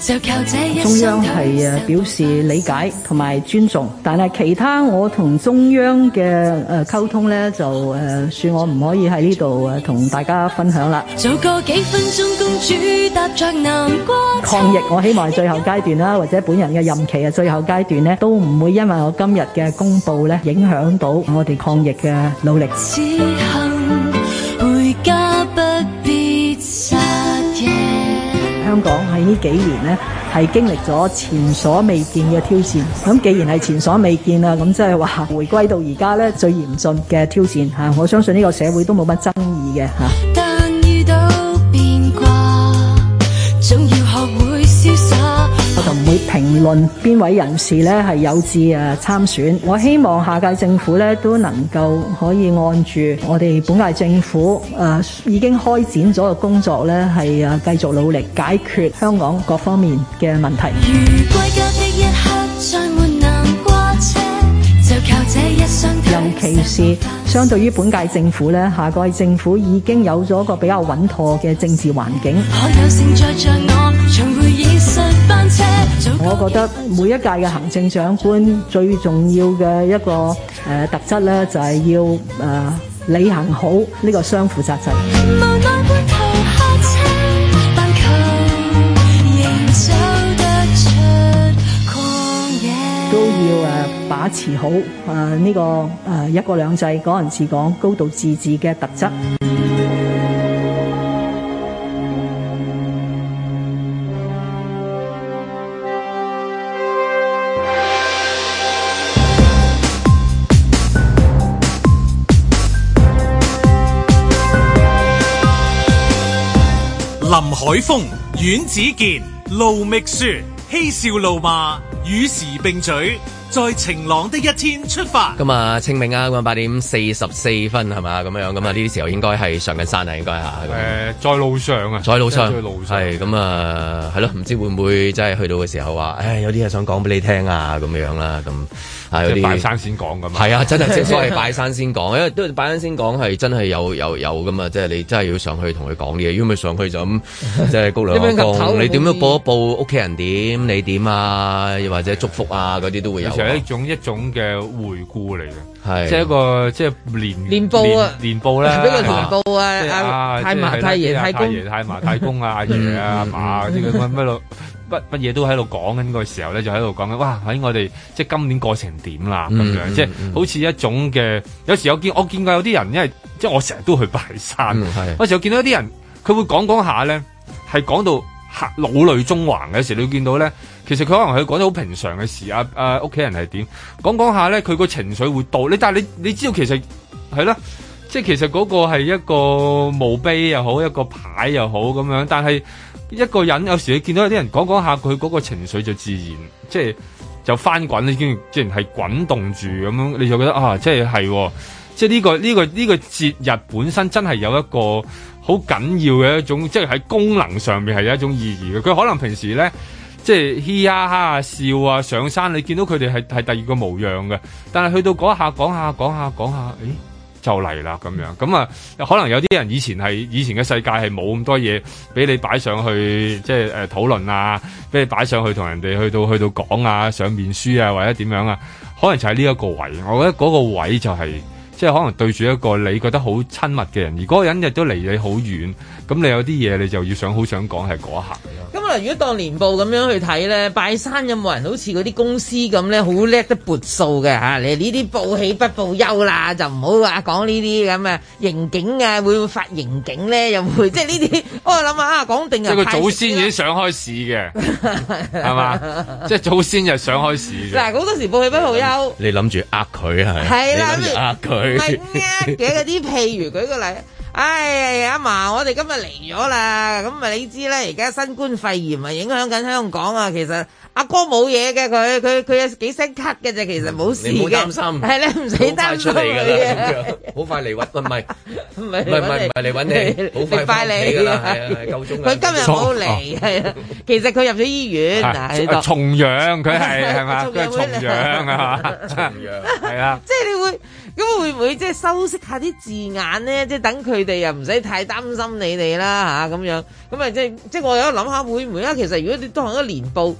[SPEAKER 8] 就靠這一
[SPEAKER 7] 中
[SPEAKER 8] 雙
[SPEAKER 7] 央
[SPEAKER 8] 手
[SPEAKER 7] 係誒表示理解同埋尊重，但係其他我同中央嘅誒溝通呢，就誒算我唔可以喺呢度誒同大家分享啦。
[SPEAKER 8] 做個幾分鐘公主，搭着南瓜車
[SPEAKER 7] 抗疫，我希望係最後階段啦，或者本人嘅任期嘅最後階段呢，都唔會因為我今日嘅公佈呢，影響到我哋抗疫嘅努力。
[SPEAKER 8] 此行回家不必扎夜。
[SPEAKER 7] 香港喺呢幾年呢，係經歷咗前所未見嘅挑戰。咁既然係前所未見啦，咁即係話回歸到而家呢，最嚴峻嘅挑戰嚇，我相信呢個社會都冇乜爭議嘅啊嚇。
[SPEAKER 8] 但遇到變卦，總要學會瀟灑。
[SPEAKER 7] 我就唔會評論邊位人士呢係有志誒參選。我希望下屆政府呃呢都能夠可以按住我哋本屆政府誒、呃已經開展咗嘅工作呢係誒繼續努力解決香港各方面嘅問題。
[SPEAKER 8] 如歸家的一刻，再沒南瓜車，就靠這一雙腿。
[SPEAKER 7] 尤其是相對於本屆政府呢，下屆政府已經有咗一個比較穩妥嘅政治環境。
[SPEAKER 8] 可有勝在像我，重回現實班車。做個
[SPEAKER 7] 我覺得每一屆嘅行政長官最重要嘅一個誒、呃特質呢，就係、要誒、呃履行好呢個雙負責制。
[SPEAKER 8] 無奈回頭下車，但求仍走得出曠
[SPEAKER 7] 都要
[SPEAKER 8] 野。
[SPEAKER 7] 誒把持好誒呃呢、個誒、一國兩制、港人治港、高度自治嘅特質。
[SPEAKER 1] 林海峰、阮子健、盧覓雪，嬉笑怒罵，與時並舉，在晴朗的一天出發。
[SPEAKER 2] 咁啊清明啊，咁啊八點四十四分係嘛，咁樣咁啊呢啲時候應該係上緊山啊，應該嚇。咁樣
[SPEAKER 6] 誒在路上啊，
[SPEAKER 2] 在路
[SPEAKER 6] 真
[SPEAKER 2] 上，
[SPEAKER 6] 係在路上
[SPEAKER 2] 係咁啊，係咯，唔知會唔會真係去到嘅時候話，唉，有啲嘢想講俾你聽啊，咁樣啦，咁啊有
[SPEAKER 6] 即係拜
[SPEAKER 2] 啲。
[SPEAKER 6] 山先講咁嘛。
[SPEAKER 2] 係啊，真係 正所謂拜山先講，因為都拜山先講係真係有有有噶嘛，即係你真係要上去同佢講啲嘢，如果唔係上去就 咁，即係高
[SPEAKER 4] 點樣
[SPEAKER 2] 粱
[SPEAKER 4] 岌頭
[SPEAKER 2] 公，你點樣
[SPEAKER 4] 冇意義
[SPEAKER 2] 報一報屋企人點，你點啊，又或者祝福啊嗰啲都會有
[SPEAKER 6] 有時就係一種一種嘅回顧嚟嘅，
[SPEAKER 2] 係
[SPEAKER 6] 即係一個即係年
[SPEAKER 4] 年報啊
[SPEAKER 6] 年年報啦，
[SPEAKER 4] 俾個年報啊，
[SPEAKER 6] 即係
[SPEAKER 4] 阿
[SPEAKER 6] 啊
[SPEAKER 4] 太麻
[SPEAKER 6] 即係
[SPEAKER 4] 太爺
[SPEAKER 6] 係啦
[SPEAKER 4] 太公
[SPEAKER 6] 太
[SPEAKER 4] 嗯
[SPEAKER 6] 爺太麻太公 啊，阿爺啊麻即係佢乜乜度乜乜嘢都喺度講緊個時候咧，就喺度講緊哇喺我哋即係今年過程點啦咁
[SPEAKER 2] 嗯
[SPEAKER 6] 樣，即係好似一種嘅有時有見我見過有啲人，因為即係我成日都去拜山，
[SPEAKER 2] 嗯係
[SPEAKER 6] 有時我見到有啲人佢會講講下咧，係講到。嚇老淚縱橫嘅時候，你會見到咧，其實佢可能佢講得好平常嘅事啊，啊屋企人係點講講下咧，佢個情緒會到你，但係你你知道其實係啦，即係其實嗰個係一個墓碑又好，一個牌又好咁樣，但係一個人有時你見到有啲人講講下，佢嗰個情緒就自然即係就翻滾，已經自然係滾動住咁樣，你就覺得啊，即係係喎，即係呢個呢個呢個節日本身真係有一個好緊要嘅一種，即係喺功能上面係有一種意義嘅。佢可能平時咧。即係嘻哈哈啊笑啊上山，你見到佢哋係係第二個模樣嘅，但係去到嗰下講下講下講下，咦就嚟啦咁樣，咁啊可能有啲人以前係以前嘅世界係冇咁多嘢俾你擺上去，即係誒、呃、討論啊，俾你擺上去同人哋去到去到講啊，上面書啊或者點樣啊，可能就係呢一個位，我覺得嗰個位就係、即係可能對住一個你覺得好親密嘅人，而嗰個人亦都離你好遠，咁你有啲嘢你就要想好想講係嗰一下咯。
[SPEAKER 4] 咁啊嗱，如果當年報咁樣去睇咧，拜山有冇人好似嗰啲公司咁咧，好叻得撥數嘅嚇？你呢啲報喜不報憂啦，就唔好話講呢啲咁嘅刑警啊，會唔會發刑警咧？又會即 係呢啲，我諗下啊，講定
[SPEAKER 6] 即
[SPEAKER 4] 啊，
[SPEAKER 6] 係佢祖 先已經上開市嘅，係嘛？即係祖先就上開市嘅。
[SPEAKER 4] 嗱，好多時報喜不報憂。
[SPEAKER 2] 你諗住呃佢
[SPEAKER 6] 啊
[SPEAKER 2] 係？
[SPEAKER 4] 係啦
[SPEAKER 2] 你諗住呃
[SPEAKER 4] 唔係
[SPEAKER 2] 佢。
[SPEAKER 4] 呃嘅嗰啲，譬如舉個例，唉，阿嫲，我哋今日嚟咗啦，咁咪你知啦，而家新冠肺炎啊影響緊香港啊，其實阿哥冇嘢嘅，佢佢佢有幾聲咳嘅啫，其實冇事嘅，
[SPEAKER 2] 你唔好擔心
[SPEAKER 4] 係咧唔使
[SPEAKER 2] 好
[SPEAKER 4] 擔
[SPEAKER 2] 快出
[SPEAKER 4] 心
[SPEAKER 2] 嚟㗎啦咁
[SPEAKER 4] 嘅，
[SPEAKER 2] 樣，好快嚟揾，唔係
[SPEAKER 4] 唔
[SPEAKER 2] 唔係唔係唔係嚟揾你，好快翻屋企㗎啦，
[SPEAKER 4] 嚟
[SPEAKER 2] 係啊係 夠鐘㗎
[SPEAKER 4] 佢今日冇嚟，係啊，其實佢入咗醫院
[SPEAKER 6] 係
[SPEAKER 4] 嗱喺 度。
[SPEAKER 6] 重陽佢係係嘛？
[SPEAKER 4] 重
[SPEAKER 6] 佢
[SPEAKER 4] 陽
[SPEAKER 6] 係重陽係嘛？係啊，
[SPEAKER 4] 即係你會咁會唔會即係修飾下啲字眼咧？即係等佢哋又唔使太擔心你哋啦吓咁樣。咁啊即係即係我有諗下會唔會啊？其實如果你當一個年報，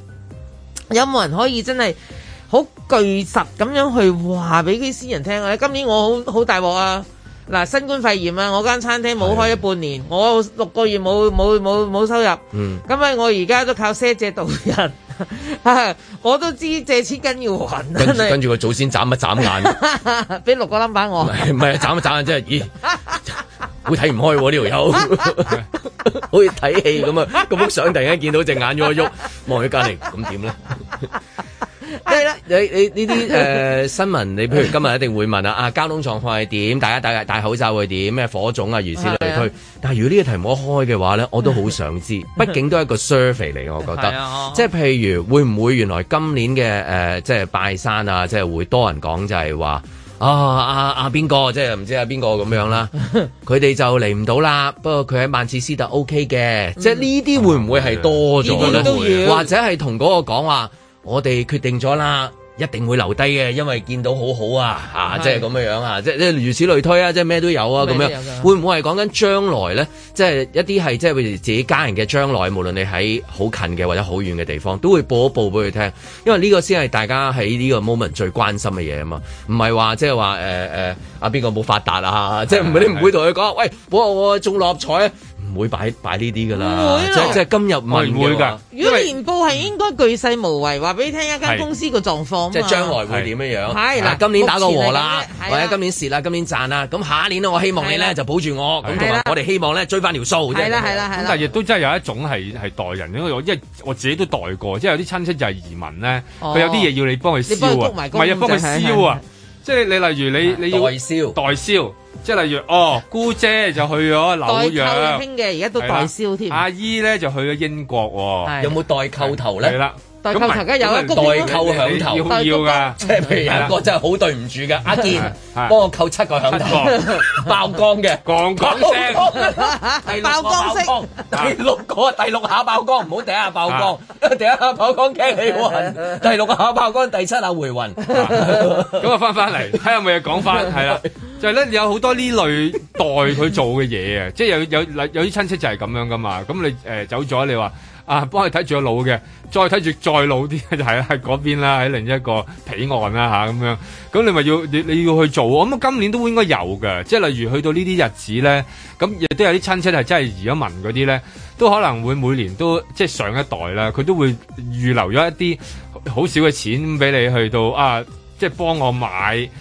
[SPEAKER 4] 有冇人可以真係好具實咁樣去話俾啲私人聽咧？今年我好好大鑊啊！嗱，新冠肺炎啊，我間餐廳冇開咗半年，我六個月冇冇冇冇收入，咁啊、我而家都靠賒借度人， 我都知借錢緊要還，啊
[SPEAKER 2] 跟
[SPEAKER 4] 真
[SPEAKER 2] 住
[SPEAKER 4] 係
[SPEAKER 2] 跟住個祖先眨一眨 眼，
[SPEAKER 4] 俾六個 number 我。
[SPEAKER 2] 唔係眨一眨眼， 真係咦，好睇唔開喎呢條 友，好似睇戲咁啊！嗰幅相突然間見到隻眼喐一喐，望佢隔離，咁點咧？
[SPEAKER 4] 係啦，
[SPEAKER 2] 你你呢啲 誒呃新聞，你譬如今日一定會問啊，啊交通狀況係點？大家戴戴口罩會點？咩火種啊，如此類
[SPEAKER 4] 係
[SPEAKER 2] 推。但係如果呢個題目一開嘅話咧，我都好想 知，畢竟都係一個 survey 嚟，我覺
[SPEAKER 4] 係啊
[SPEAKER 2] 得。即係譬如會唔會原來今年嘅誒呃即係拜山啊，即係會多人講就係話。啊啊啊邊個即係唔知啊邊個咁樣 啦，佢哋就嚟唔到啦。不過佢喺曼徹斯特 OK 嘅，即係呢啲會唔會係多咗
[SPEAKER 4] 呢啲都
[SPEAKER 2] 咧？
[SPEAKER 4] 要
[SPEAKER 2] 或者係同嗰個講話，我哋決定咗啦。一定會留低嘅，因為見到好好啊，嚇、
[SPEAKER 4] 係
[SPEAKER 2] 即係咁樣樣啊，即係即係如此類推啊，即係咩都有啊，咁
[SPEAKER 4] 咩都有
[SPEAKER 2] 樣
[SPEAKER 4] 㗎
[SPEAKER 2] 會唔會係講緊將來咧？即係一啲係即係譬如自己家人嘅將來，無論你喺好近嘅或者好遠嘅地方，都會報一報俾佢聽，因為呢個先係大家喺呢個 moment 最關心嘅嘢啊嘛，唔係話即係話誒誒啊邊個冇發達 啊，即係唔你唔會同佢講，喂，我我中六合彩啊，唔會擺擺呢啲㗎啦
[SPEAKER 4] 唔會，啊
[SPEAKER 2] 即係即係今日
[SPEAKER 6] 我
[SPEAKER 2] 問
[SPEAKER 6] 唔會
[SPEAKER 2] 嘅
[SPEAKER 6] 㗎
[SPEAKER 2] 話，，
[SPEAKER 4] 如果年報係應該巨細無遺，話俾你聽一間
[SPEAKER 6] 係
[SPEAKER 4] 公司個狀況啊嘛
[SPEAKER 2] 即係將來會點樣樣？
[SPEAKER 4] 係
[SPEAKER 2] 啊
[SPEAKER 4] 嗱
[SPEAKER 2] 今年打個和啦
[SPEAKER 4] 目前嚟講，咧
[SPEAKER 2] 或
[SPEAKER 4] 係
[SPEAKER 2] 者
[SPEAKER 4] 啦
[SPEAKER 2] 今年蝕啦，今年賺啦。咁下一年咧，我希望你
[SPEAKER 4] 係
[SPEAKER 2] 咧
[SPEAKER 4] 啦
[SPEAKER 2] 就保住我，咁
[SPEAKER 6] 係
[SPEAKER 2] 同埋
[SPEAKER 4] 啦
[SPEAKER 2] 我哋希望咧追翻條數。即
[SPEAKER 4] 係啦係啦
[SPEAKER 6] 咁
[SPEAKER 4] 係
[SPEAKER 6] 但係
[SPEAKER 4] 啦。
[SPEAKER 6] 亦都真係有一種係係代人，因為我因為我自己都代過，即係有啲親戚就係移民咧，
[SPEAKER 4] 哦
[SPEAKER 6] 佢有啲嘢要你幫佢
[SPEAKER 4] 你幫佢
[SPEAKER 6] 燒啊
[SPEAKER 4] 谷，埋
[SPEAKER 6] 唔係啊，幫
[SPEAKER 4] 工
[SPEAKER 6] 佢
[SPEAKER 4] 就係
[SPEAKER 6] 燒啊，即係你例如你你
[SPEAKER 2] 代
[SPEAKER 6] 要
[SPEAKER 2] 銷
[SPEAKER 6] 代燒，即係例如哦姑姐就去咗
[SPEAKER 4] 代購
[SPEAKER 6] 紐約，
[SPEAKER 4] 興嘅，而家都
[SPEAKER 6] 係啦
[SPEAKER 4] 代銷添。
[SPEAKER 6] 阿姨咧就去咗英國喎，
[SPEAKER 4] 係
[SPEAKER 2] 有冇代購頭
[SPEAKER 6] 係
[SPEAKER 2] 咧？
[SPEAKER 6] 啦，
[SPEAKER 4] 代購頭梗係有啊
[SPEAKER 6] 咁咪
[SPEAKER 4] 谷
[SPEAKER 2] 代購響頭
[SPEAKER 6] 你要要㗎。
[SPEAKER 2] 即係譬如有一個真係好對唔住嘅，阿 健
[SPEAKER 6] 係
[SPEAKER 2] 幫我扣七個響 頭， 爆光嘅。
[SPEAKER 6] 講講聲，
[SPEAKER 2] 第六個
[SPEAKER 4] 爆光式
[SPEAKER 2] 光第六個第六下爆光，唔好第一下爆光，因為第一下爆光驚你暈，第六下爆光，第七下回魂。
[SPEAKER 6] 咁啊翻翻嚟，睇下有冇嘢講翻，係啦，就係咧有好多呢類代佢做嘅嘢啊，即係有有有啲親戚就係咁樣噶嘛，咁你誒走咗，你話啊幫佢睇住個腦嘅，再睇住再老啲嘅就係啦喺嗰邊啦，喺另一個彼岸啦吓咁樣。咁你咪要你你要去做，我諗今年都應該有嘅，即係例如去到呢啲日子咧，咁亦都有啲親戚係真係移咗民嗰啲咧，都可能會每年都即係上一代啦，佢都會預留咗一啲好少嘅錢俾你去到啊，即係幫我買。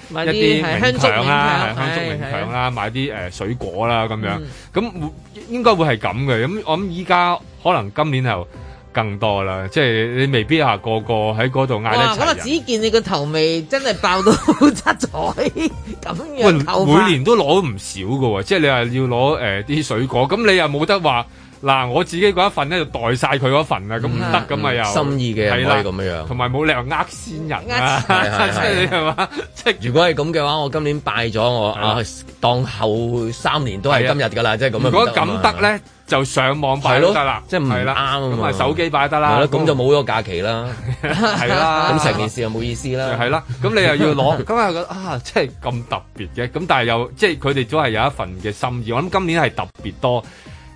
[SPEAKER 4] 買
[SPEAKER 6] 一
[SPEAKER 4] 啲
[SPEAKER 6] 啲
[SPEAKER 4] 係香
[SPEAKER 6] 名
[SPEAKER 4] 燭
[SPEAKER 6] 強啦，
[SPEAKER 4] 名
[SPEAKER 6] 香燭
[SPEAKER 4] 強
[SPEAKER 6] 名
[SPEAKER 4] 係
[SPEAKER 6] 強
[SPEAKER 4] 係
[SPEAKER 6] 啦，買啲誒水果啦咁樣
[SPEAKER 4] 嗯，
[SPEAKER 6] 咁會應該會係咁嘅。咁我諗依家可能今年又更多啦，即係你未必話個個喺嗰度嗌
[SPEAKER 4] 哇！
[SPEAKER 6] 得
[SPEAKER 4] 咁啊，
[SPEAKER 6] 齊人。
[SPEAKER 4] 只見你個頭尾真係爆到 七彩咁
[SPEAKER 6] 喂，
[SPEAKER 4] 樣啊頭髮
[SPEAKER 6] 每年都攞唔少嘅喎，即係你話要攞誒啲水果，咁你又冇得話嗱，我自己嗰一份咧就袋晒佢嗰份啦，啊咁唔得咁咪又
[SPEAKER 2] 心意嘅
[SPEAKER 6] 係
[SPEAKER 2] 唔可以
[SPEAKER 6] 啦，
[SPEAKER 2] 咁樣樣。
[SPEAKER 6] 同埋冇理由呃先人啊，
[SPEAKER 4] 呃
[SPEAKER 2] 先人係係
[SPEAKER 6] 即係你係嘛，即係
[SPEAKER 2] 如果係咁嘅話，我今年拜咗我
[SPEAKER 6] 係啦
[SPEAKER 2] 啊，當後三年都係今日㗎啦，即係咁樣唔
[SPEAKER 6] 如
[SPEAKER 2] 啊。
[SPEAKER 6] 果咁得咧，就上網擺都得啦，
[SPEAKER 2] 係咯即係唔
[SPEAKER 6] 係啦
[SPEAKER 2] 啱啊嘛
[SPEAKER 6] 咁啊手機擺得
[SPEAKER 2] 係
[SPEAKER 6] 啦，
[SPEAKER 2] 啦，咁就冇咗假期啦，
[SPEAKER 6] 係啦，
[SPEAKER 2] 咁成件事又冇意思啦。
[SPEAKER 6] 係啦，咁你又要攞， 咁啊覺得啊，即係咁特別嘅，咁但係又即係佢哋都係有一份嘅心意，我諗今年係特別多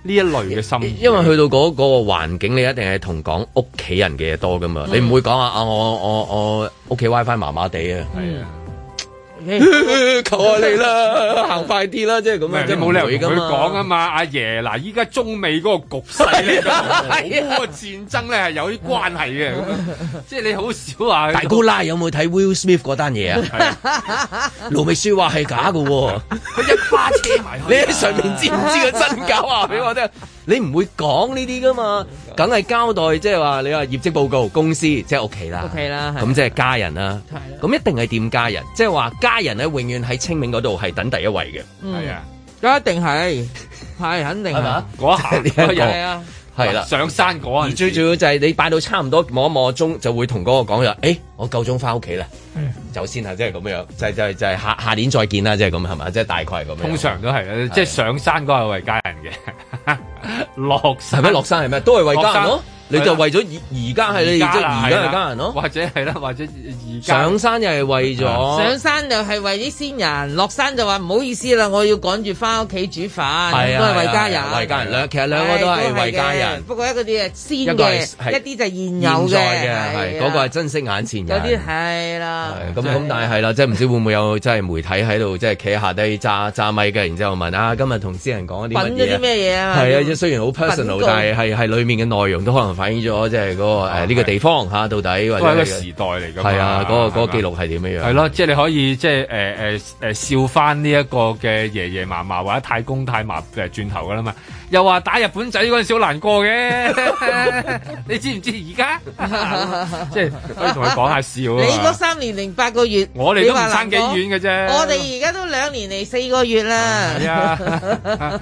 [SPEAKER 6] 呢一類嘅心意，
[SPEAKER 2] 因為去到嗰個環境，你一定係 同講屋企人嘅嘢多噶嘛，你唔會講話啊我我我屋企 WiFi 麻麻地啊，
[SPEAKER 6] 係啊，
[SPEAKER 2] 求下你啦，行快啲啦，即係咁
[SPEAKER 6] 唔係
[SPEAKER 2] 樣，
[SPEAKER 6] 你
[SPEAKER 2] 即係
[SPEAKER 6] 冇理由
[SPEAKER 2] 噶
[SPEAKER 6] 同佢講啊
[SPEAKER 2] 嘛。
[SPEAKER 6] 嘛，阿爺嗱，依家中美嗰個局勢 咧，同嗰個戰爭咧係有啲關係嘅， 咁樣即係你好少話
[SPEAKER 2] 大姑奶有冇睇 Will Smith 嗰單 嘢啊？盧覓雪話係假嘅喎，
[SPEAKER 6] 佢一巴車埋
[SPEAKER 2] 你
[SPEAKER 6] 去 啊，
[SPEAKER 2] 喺上面知唔知個真假啊？俾我聽，你唔會講呢啲噶嘛，梗係交代即係話你話業績報告、公司即係屋企啦。
[SPEAKER 4] 屋企啦，係
[SPEAKER 2] 咁即係家人啦
[SPEAKER 4] 係啦，
[SPEAKER 2] 咁一定係掂家人，即係話家人咧永遠喺清明嗰度係等第一位嘅，
[SPEAKER 6] 係啊，
[SPEAKER 4] 嗯咁一定係係肯定
[SPEAKER 2] 係
[SPEAKER 4] 係
[SPEAKER 2] 嘛？
[SPEAKER 6] 嗰下
[SPEAKER 2] 呢一個
[SPEAKER 4] 係啊，
[SPEAKER 2] 係啦，
[SPEAKER 6] 上山嗰
[SPEAKER 2] 而
[SPEAKER 6] 陣
[SPEAKER 2] 最
[SPEAKER 6] 時
[SPEAKER 2] 重要就係你拜到差唔多望一望個鐘，就會同嗰個講就話，誒，我夠鐘翻屋企啦，走先啦，啊即係咁樣，就係就係就係下下年再見啦，即係咁係嘛，即係大概係咁樣。
[SPEAKER 6] 嗯通常都係啦，即係上山嗰係為家人嘅， 落
[SPEAKER 2] 係
[SPEAKER 6] 山
[SPEAKER 2] 咪落山係咩？都係為家人咯，你
[SPEAKER 6] 落山
[SPEAKER 2] 就為咗而而家係你即係而家係家人咯，
[SPEAKER 6] 或者係啦，或者而家
[SPEAKER 2] 上山又係為咗
[SPEAKER 6] 啊
[SPEAKER 4] 上。山就係為啲先人，落山就話唔好意思啦，我要趕住翻屋企煮飯，
[SPEAKER 2] 係
[SPEAKER 4] 都
[SPEAKER 2] 啊，
[SPEAKER 4] 係為家人，
[SPEAKER 2] 係為家人兩，其實兩個都係為家人
[SPEAKER 4] 係嘅。不過一個啲係先
[SPEAKER 2] 一個係係
[SPEAKER 4] 嘅，一啲就現
[SPEAKER 2] 現
[SPEAKER 4] 有嘅，
[SPEAKER 2] 在嘅係
[SPEAKER 4] 啊
[SPEAKER 2] 嗰個係珍惜眼前
[SPEAKER 4] 有
[SPEAKER 2] 人。
[SPEAKER 4] 啲係啦，
[SPEAKER 2] 係咁咁，但係係啦，即係唔知會唔會有即係媒體喺度即係企下低揸揸咪嘅，然之後問啊，今日同私人講啲乜
[SPEAKER 4] 品咗啲
[SPEAKER 2] 嘢啊？
[SPEAKER 4] 咩嘢啊？
[SPEAKER 2] 係啊，即係雖然好
[SPEAKER 4] 品
[SPEAKER 2] personal，
[SPEAKER 4] 告
[SPEAKER 2] 但係係係裡面嘅內容都可能反映咗即係嗰個
[SPEAKER 4] 哦
[SPEAKER 2] 誒呢個地方嚇到底或
[SPEAKER 6] 都係一
[SPEAKER 2] 者
[SPEAKER 6] 個時代嚟㗎嘛。
[SPEAKER 2] 係啊嗰個嗰個記
[SPEAKER 6] 錄
[SPEAKER 2] 錄係點樣樣？
[SPEAKER 6] 係咯，即係你可以即係誒誒誒笑翻呢一個嘅爺爺嫲嫲或者太公太嫲誒轉頭㗎啦嘛。又話打日本仔嗰陣時好難過 嘅，你知唔知而 家？即係可以同佢講下笑
[SPEAKER 4] 你
[SPEAKER 6] 啊
[SPEAKER 4] 嗰
[SPEAKER 6] 嘛。
[SPEAKER 4] 三年零八個月，
[SPEAKER 6] 我哋都唔
[SPEAKER 4] 你話
[SPEAKER 6] 爭
[SPEAKER 4] 難
[SPEAKER 6] 幾
[SPEAKER 4] 講
[SPEAKER 6] 遠嘅啫。
[SPEAKER 4] 我哋而家都兩年嚟四個月啦，
[SPEAKER 6] 係啊，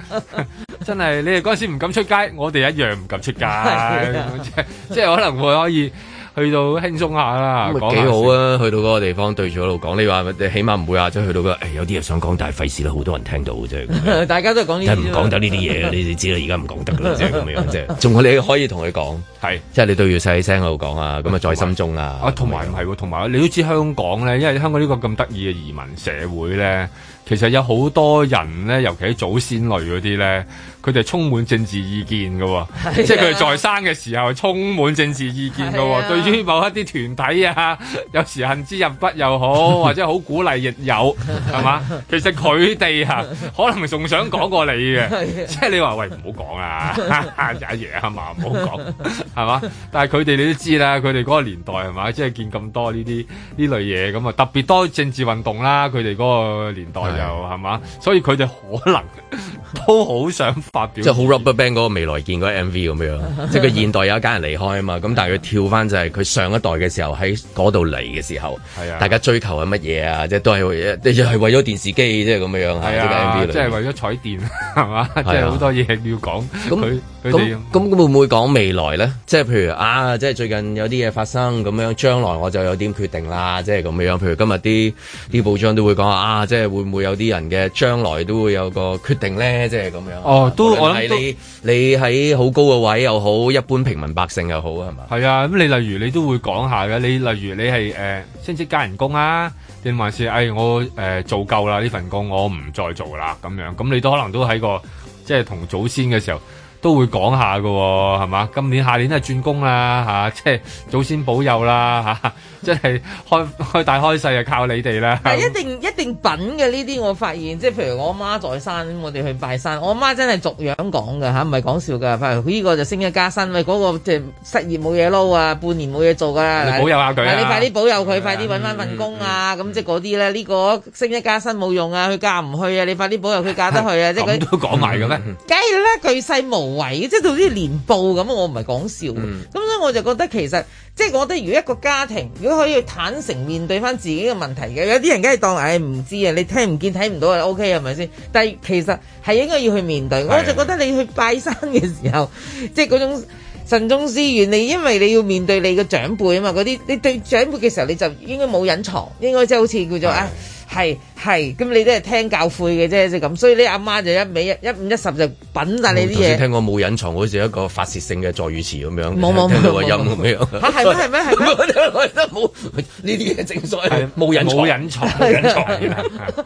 [SPEAKER 6] 真係你哋嗰陣時唔敢出街，我哋一樣唔敢出街，
[SPEAKER 2] 啊
[SPEAKER 6] 即係即係可能會可以去到輕鬆下啦，
[SPEAKER 2] 咁
[SPEAKER 6] 講
[SPEAKER 2] 咪
[SPEAKER 6] 下
[SPEAKER 2] 幾好
[SPEAKER 6] 先！
[SPEAKER 2] 啊！去到嗰個地方對住嗰度講，你話你起碼唔會話即係去到嗰個誒有啲嘢想講，但係費事啦，好多人聽到嘅啫。咁樣
[SPEAKER 4] 大家都係講呢
[SPEAKER 2] 即係唔
[SPEAKER 4] 啲啊啫嘛
[SPEAKER 2] 講得呢啲嘢嘅，你哋知啦，而家唔講得 㗎啦，即係咁樣，即係仲你可以同佢講。
[SPEAKER 6] 係
[SPEAKER 2] 即係你都要細聲喺度講啊，咁啊在心中啊。
[SPEAKER 6] 啊，同埋唔係喎，同埋你都知香港咧，因為香港呢個咁得意嘅移民社會咧，其實有好多人咧，尤其喺祖先類嗰啲咧，佢哋充滿政治意見嘅喎，即係佢哋在生嘅時候充滿政治意見嘅
[SPEAKER 4] 係
[SPEAKER 6] 喎，
[SPEAKER 4] 啊
[SPEAKER 6] 對於某一啲團體啊，有時恨之入骨又好，或者好鼓勵亦有，係嘛？其實佢哋啊，可能仲想講過你嘅，即係你話喂唔好講啊， 阿爺阿嫲唔好講， 係嘛？但係佢哋你都知啦，佢哋嗰個年代係嘛，即係見咁多呢啲呢類嘢咁啊，特別多政治運動啦，佢哋嗰個年代就係嘛，所以佢哋可能 都好想發表，
[SPEAKER 2] 即係好 Rubberband 嗰個未來見嗰個 MV 咁樣，即係佢現代有一家人離開啊嘛，咁但係佢跳翻就係佢上一代嘅時候喺嗰度嚟嘅時候
[SPEAKER 6] 係啊，
[SPEAKER 2] 大家追求係乜嘢啊？即係都係為又係為咗電視機即係咁樣樣
[SPEAKER 6] 係
[SPEAKER 2] 即係
[SPEAKER 6] 啊，
[SPEAKER 2] MV 裏
[SPEAKER 6] 即
[SPEAKER 2] 面啊
[SPEAKER 6] 係為咗彩電係嘛，即係好多嘢要講，佢
[SPEAKER 2] 咁
[SPEAKER 6] 佢哋
[SPEAKER 2] 咁。咁會唔會講未來咧？即係譬如啊，即係最近有啲嘢發生咁樣，將來我就有點決定啦，即係咁樣。譬如今日啲啲報章都會講啊，即係會唔會有啲人嘅將來都會有個決定咧？即係咁樣。
[SPEAKER 6] 哦都
[SPEAKER 2] 無論
[SPEAKER 6] 我諗
[SPEAKER 2] 係
[SPEAKER 6] 都
[SPEAKER 2] 你你喺好高嘅位又好，一般平民百姓又好，係嘛？
[SPEAKER 6] 係啊，咁你例如你都會講下嘅，你例如你係誒、呃、升職加人工啊，定還是誒、哎我誒、呃做夠啦呢份工，我唔再做啦咁樣，咁你都可能都喺個即係同祖先嘅時候。都會講下嘅喎，係嘛？今年下年都係轉工啦嚇、即係祖先保佑啦嚇、 即係開 開大開細就靠你哋啦。
[SPEAKER 4] 但係一定一定品嘅呢啲，我發現即係譬如我媽在山，我哋去拜山，我媽真係逐樣講㗎吓，唔係講笑㗎。譬如呢個就升咗加薪，喂嗰、個即係失業冇嘢撈啊，半年冇嘢做㗎。
[SPEAKER 6] 你保佑下佢啊嗯
[SPEAKER 4] 嗱你快啲保佑佢，快啲揾翻份工啊！咁即係嗰啲咧，呢、個升咗加薪冇用啊，佢嫁唔去啊，你快啲保佑佢嫁得 去啊！即係嗰
[SPEAKER 6] 咁
[SPEAKER 4] 啲。
[SPEAKER 6] 都講埋嘅咩？
[SPEAKER 4] 梗係啦，巨細無遺，即係到啲年報咁，我唔係講笑。咁、所以我就覺得其實，即係我覺得如果一個家庭如果可以坦誠面對翻自己嘅問題嘅，有啲人梗係當唉唔知啊，你聽唔見睇唔到啊，OK 係咪先？但係其實係應該要去面對。我就覺得你去拜山嘅時候，即係嗰種。慎終思遠，你因為你要面對你嘅長輩啊嘛，嗰啲你對長輩嘅時候你就應該冇隱藏，應該即係好似叫做啊，係係，咁你都係聽教誨嘅啫，即係咁，所以你阿媽就一味一五一十就品晒你啲
[SPEAKER 2] 頭先
[SPEAKER 4] 嘢，
[SPEAKER 2] 聽過冇隱藏，好似一個發泄性嘅助語詞咁樣，
[SPEAKER 4] 冇冇冇
[SPEAKER 2] 聽到個音
[SPEAKER 4] 冇啊
[SPEAKER 2] 咁樣。
[SPEAKER 4] 嚇係咩係咩係咩？
[SPEAKER 2] 我覺得冇呢啲嘢正所謂冇隱藏
[SPEAKER 6] 冇。隱藏，冇隱藏。
[SPEAKER 2] 啊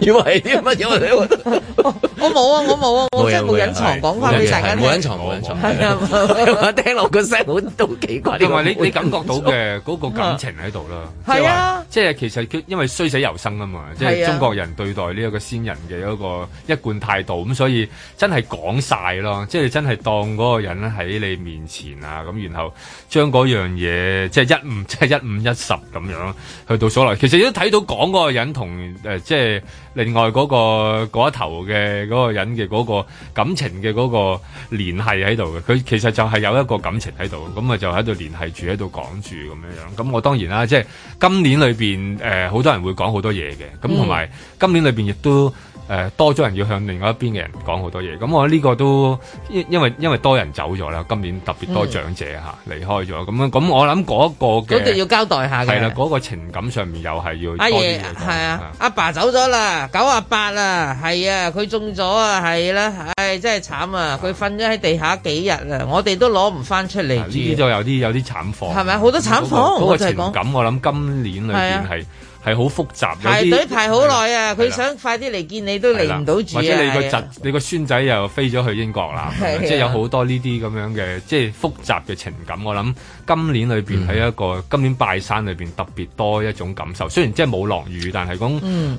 [SPEAKER 2] 以為係啲 乜嘢？我哋我覺得
[SPEAKER 4] 我冇啊，我冇啊，我真係冇隱藏，講翻俾大家聽
[SPEAKER 2] 冇隱。藏，冇隱藏。
[SPEAKER 4] 係啊，
[SPEAKER 2] 我聽落個聲好都幾怪。
[SPEAKER 6] 同埋你你感覺到 嘅嗰個感情喺度啦，即
[SPEAKER 4] 係
[SPEAKER 6] 係
[SPEAKER 4] 啊
[SPEAKER 6] 話，即係其實佢因為衰死由生啊嘛，即
[SPEAKER 4] 係
[SPEAKER 6] 係
[SPEAKER 4] 啊
[SPEAKER 6] 中國人對待呢一個先人嘅一個一貫態度，咁所以真係講晒咯，即係真係當嗰個人喺你面前啊，咁然後將嗰樣嘢即係一五 即係一五一十咁樣去到所來，其實都睇到講嗰個人同誒、呃即係另外嗰、個嗰一頭嘅嗰個人嘅嗰個感情嘅嗰個聯繫喺度嘅，佢其實就係有一個感情喺度，咁啊就喺度聯繫住喺度講住咁樣樣。咁我當然啦，即係今年裏邊誒好多人會講好多嘢嘅，咁同埋今年裏邊亦都。誒、多咗人要向另外一邊嘅人講好多嘢，咁我呢個都因因為因為多人走咗啦，今年特別多長者嚇、離開咗，咁樣咁我諗嗰個嘅
[SPEAKER 4] 嗯嗰度要交代下
[SPEAKER 6] 係啦，
[SPEAKER 4] 嘅。
[SPEAKER 6] 嗰、個情感上面又係要
[SPEAKER 4] 阿
[SPEAKER 6] 多啲嘢
[SPEAKER 4] 爺
[SPEAKER 6] 講
[SPEAKER 4] 係啊，阿爸走咗啦，九啊八啦，係啊，佢中咗啊，係啦，唉，真係慘啊！佢瞓咗喺地下幾日啦，我哋都攞唔翻出嚟
[SPEAKER 6] 啊呢啲
[SPEAKER 4] 住。
[SPEAKER 6] 就有啲有啲慘況，
[SPEAKER 4] 係咪好多慘況
[SPEAKER 6] 嗰個嗰
[SPEAKER 4] 我
[SPEAKER 6] 個
[SPEAKER 4] 就係講
[SPEAKER 6] 情感我諗今年裏
[SPEAKER 4] 係
[SPEAKER 6] 邊
[SPEAKER 4] 啊
[SPEAKER 6] 係係好複雜，有
[SPEAKER 4] 排
[SPEAKER 6] 啲
[SPEAKER 4] 隊排好耐啊！
[SPEAKER 6] 係
[SPEAKER 4] 佢
[SPEAKER 6] 啦
[SPEAKER 4] 想快啲嚟見你都
[SPEAKER 6] 係啦
[SPEAKER 4] 嚟唔到住啊！
[SPEAKER 6] 或者你個
[SPEAKER 4] 係啊
[SPEAKER 6] 侄你個孫仔又飛咗去英國啦，
[SPEAKER 4] 係啊
[SPEAKER 6] 即係有好多呢啲咁樣嘅即係複雜嘅情感。我諗今年裏
[SPEAKER 4] 嗯
[SPEAKER 6] 邊喺一個今年拜山裏邊特別多一種感受，雖然即係冇落雨，但係
[SPEAKER 4] 嗯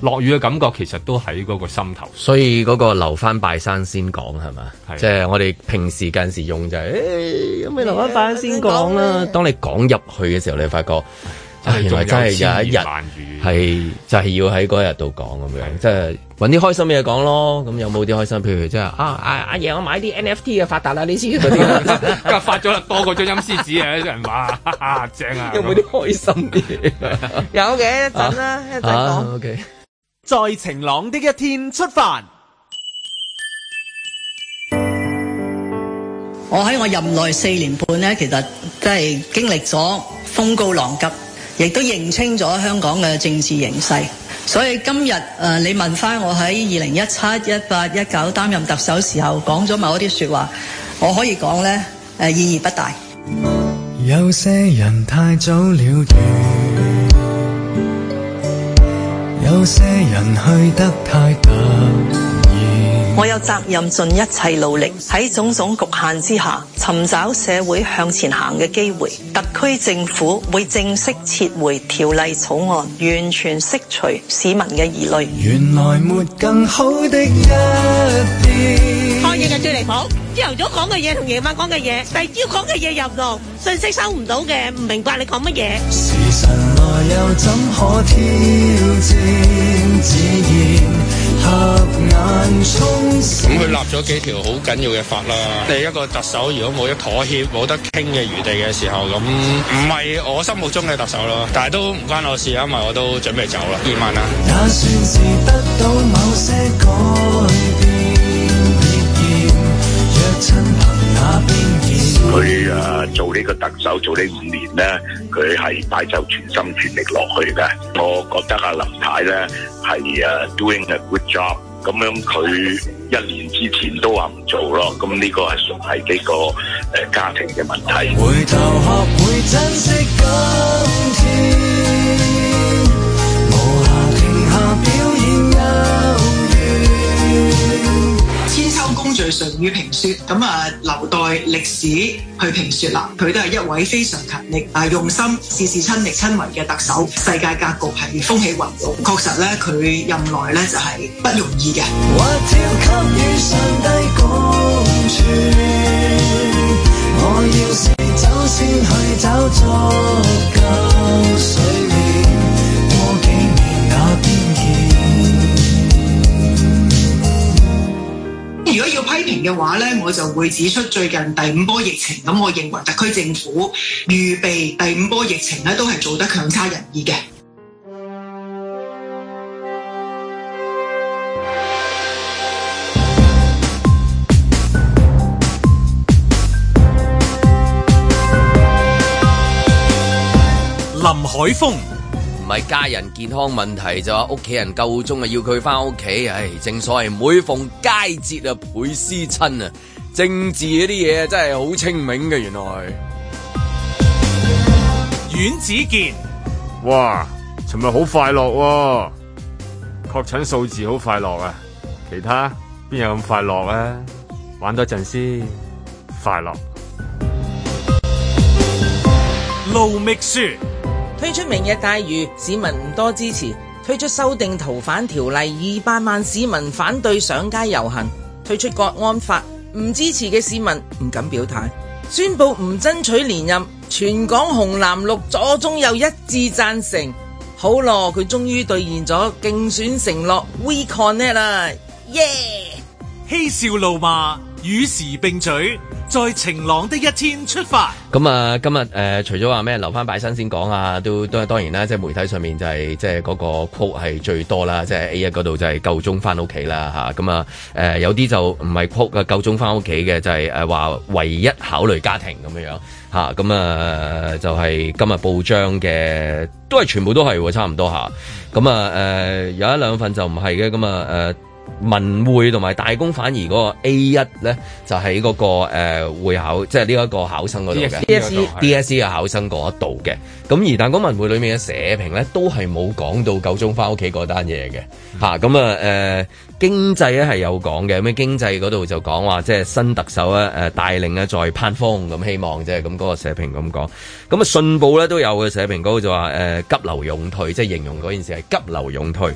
[SPEAKER 6] 講落雨嘅感覺其實都喺嗰個心 頭。
[SPEAKER 2] 所以嗰個留翻拜山先講係嘛
[SPEAKER 6] 係？
[SPEAKER 2] 即係我哋平時近時用就係、誒咁你留翻拜山
[SPEAKER 9] Ờ,
[SPEAKER 2] 先講
[SPEAKER 6] 嗯
[SPEAKER 2] 啦。啊當你講入去嘅時候，你發覺啊，原來真係有一日
[SPEAKER 6] 萬語
[SPEAKER 2] 係就係、要喺嗰日度講咁樣，即係揾啲開心嘢講咯。咁有冇啲開心？譬如即係啊啊阿爺，我買啲 NFT 啊發達啦 呢次嗰啲，
[SPEAKER 6] 今日發咗啦，多過張陰司紙啊！有啲人話哈哈正啊，
[SPEAKER 2] 有冇啲開心啲嘢
[SPEAKER 4] 啊 有嘅一陣啦，一陣
[SPEAKER 2] 啊
[SPEAKER 4] 講。
[SPEAKER 2] ？OK。
[SPEAKER 5] 在晴朗的一天出發。
[SPEAKER 10] 我喺我任內四年半呢，其實真係經歷咗風高浪急，亦都認清咗香港嘅政治形勢。所以今日誒、呃你問翻我喺二零一七、一八、一九擔任特首時候講咗某一啲説話，我可以講呢，誒、呃意義不大。
[SPEAKER 9] 有些人太早了斷，有些人去得太突然。
[SPEAKER 10] 我有責任盡一切努力，喺種種局限之下，尋找社會向前行嘅機會。特區政府會正式撤回條例草案，完全釋除市民嘅疑慮。
[SPEAKER 9] 原來沒更好的一天。
[SPEAKER 11] 抗疫係最離譜，朝頭早講嘅嘢同夜晚講嘅嘢，第二朝講嘅嘢又唔同，信息收唔到嘅，唔明白你講乜嘢。
[SPEAKER 9] 時辰來又怎可挑戰？自然合眼衝
[SPEAKER 12] 咁佢立咗幾條好緊要嘅法啦。你一個特首如果冇得妥協、冇得傾嘅餘地嘅時候，咁唔係我心目中嘅特首咯。但係都唔關我事，啊因為我都準備走啦，啊移民啦。
[SPEAKER 9] 也算是得到某些改變。別嫌若親朋那邊見。
[SPEAKER 13] 佢啊做呢個特首做呢五年咧，佢係擺就全心全力落去嘅。我覺得阿林太咧係啊 doing a good job。咁樣佢一年之前都話唔做咯，咁呢個係屬係呢個誒呃家庭嘅問題。
[SPEAKER 9] 回頭學會珍惜今天，無暇停下表演優越。
[SPEAKER 10] 千秋公
[SPEAKER 14] 序順於評説，咁啊留待歷史去評説啦。佢都係一位非常勤力啊用心、事事親力親為嘅特首，世界格局係風起雲湧，確實咧佢任內咧就係不容易嘅。
[SPEAKER 9] 或跳給與上帝共存。我要是走先去找足夠水面，過幾年那邊見。
[SPEAKER 14] 如果要批評嘅話咧，我就會指出最近第五波疫情，咁我認為特區政府預備第五波疫情咧都係做得強差人意嘅。
[SPEAKER 2] 林海峰唔係家人健康問題，就話屋企人夠鐘啊，要佢翻屋企。唉，正所謂每逢佳節啊，倍思親啊，政治嗰啲嘢真係好清明嘅，原來。
[SPEAKER 1] 阮子健、
[SPEAKER 6] 哇！尋日好快樂喎、確診數字好快樂啊！其他邊有咁快樂啊？玩多陣先，快樂。
[SPEAKER 1] 路觅雪。
[SPEAKER 4] 推出明日大嶼，市民唔多支持；推出修訂逃犯條例，二百萬市民反對上街遊行；推出國安法，唔支持嘅市民唔敢表態；宣布唔爭取連任，全港紅藍綠左中右一致贊成。好咯，佢終於兌現咗競選承諾，We Connect 啦，耶、
[SPEAKER 1] 嬉笑怒罵，與時並舉，在晴朗的一天出發。
[SPEAKER 2] 咁啊，今日誒、呃除咗話咩留翻擺身先講啊，都都當然啦，即係媒體上面就係、即係嗰個 quote 係最多啦，即係 A 一嗰度就係夠鐘翻屋企啦嚇，咁啊誒、呃有啲就唔係 quote 嘅夠鐘翻屋企嘅，就係誒話唯一考慮家庭咁樣樣嚇，咁啊就係、今日報章嘅都係全部都係喎，差唔多嚇，咁啊誒有一兩份就唔係嘅，咁啊誒。呃文匯同埋大公反而嗰個 A 一咧，就喺嗰、個誒、呃、會考，即係呢一個考生嗰度嘅
[SPEAKER 4] DSE 嗰度係
[SPEAKER 2] DSE 嘅考生嗰一度 E 嘅。咁而大公文匯裏面嘅社評咧，都係冇講到夠鐘翻屋企嗰單嘢嘅嚇。咁啊誒經濟啊咧係有講嘅，咩經濟嗰度就講話即係新特首咧誒帶領咧再攀峰咁，希望即係咁嗰個社評咁講。咁啊信報咧都有嘅社評嗰度就話誒、呃急流勇退，即係形容嗰件事係急流勇退。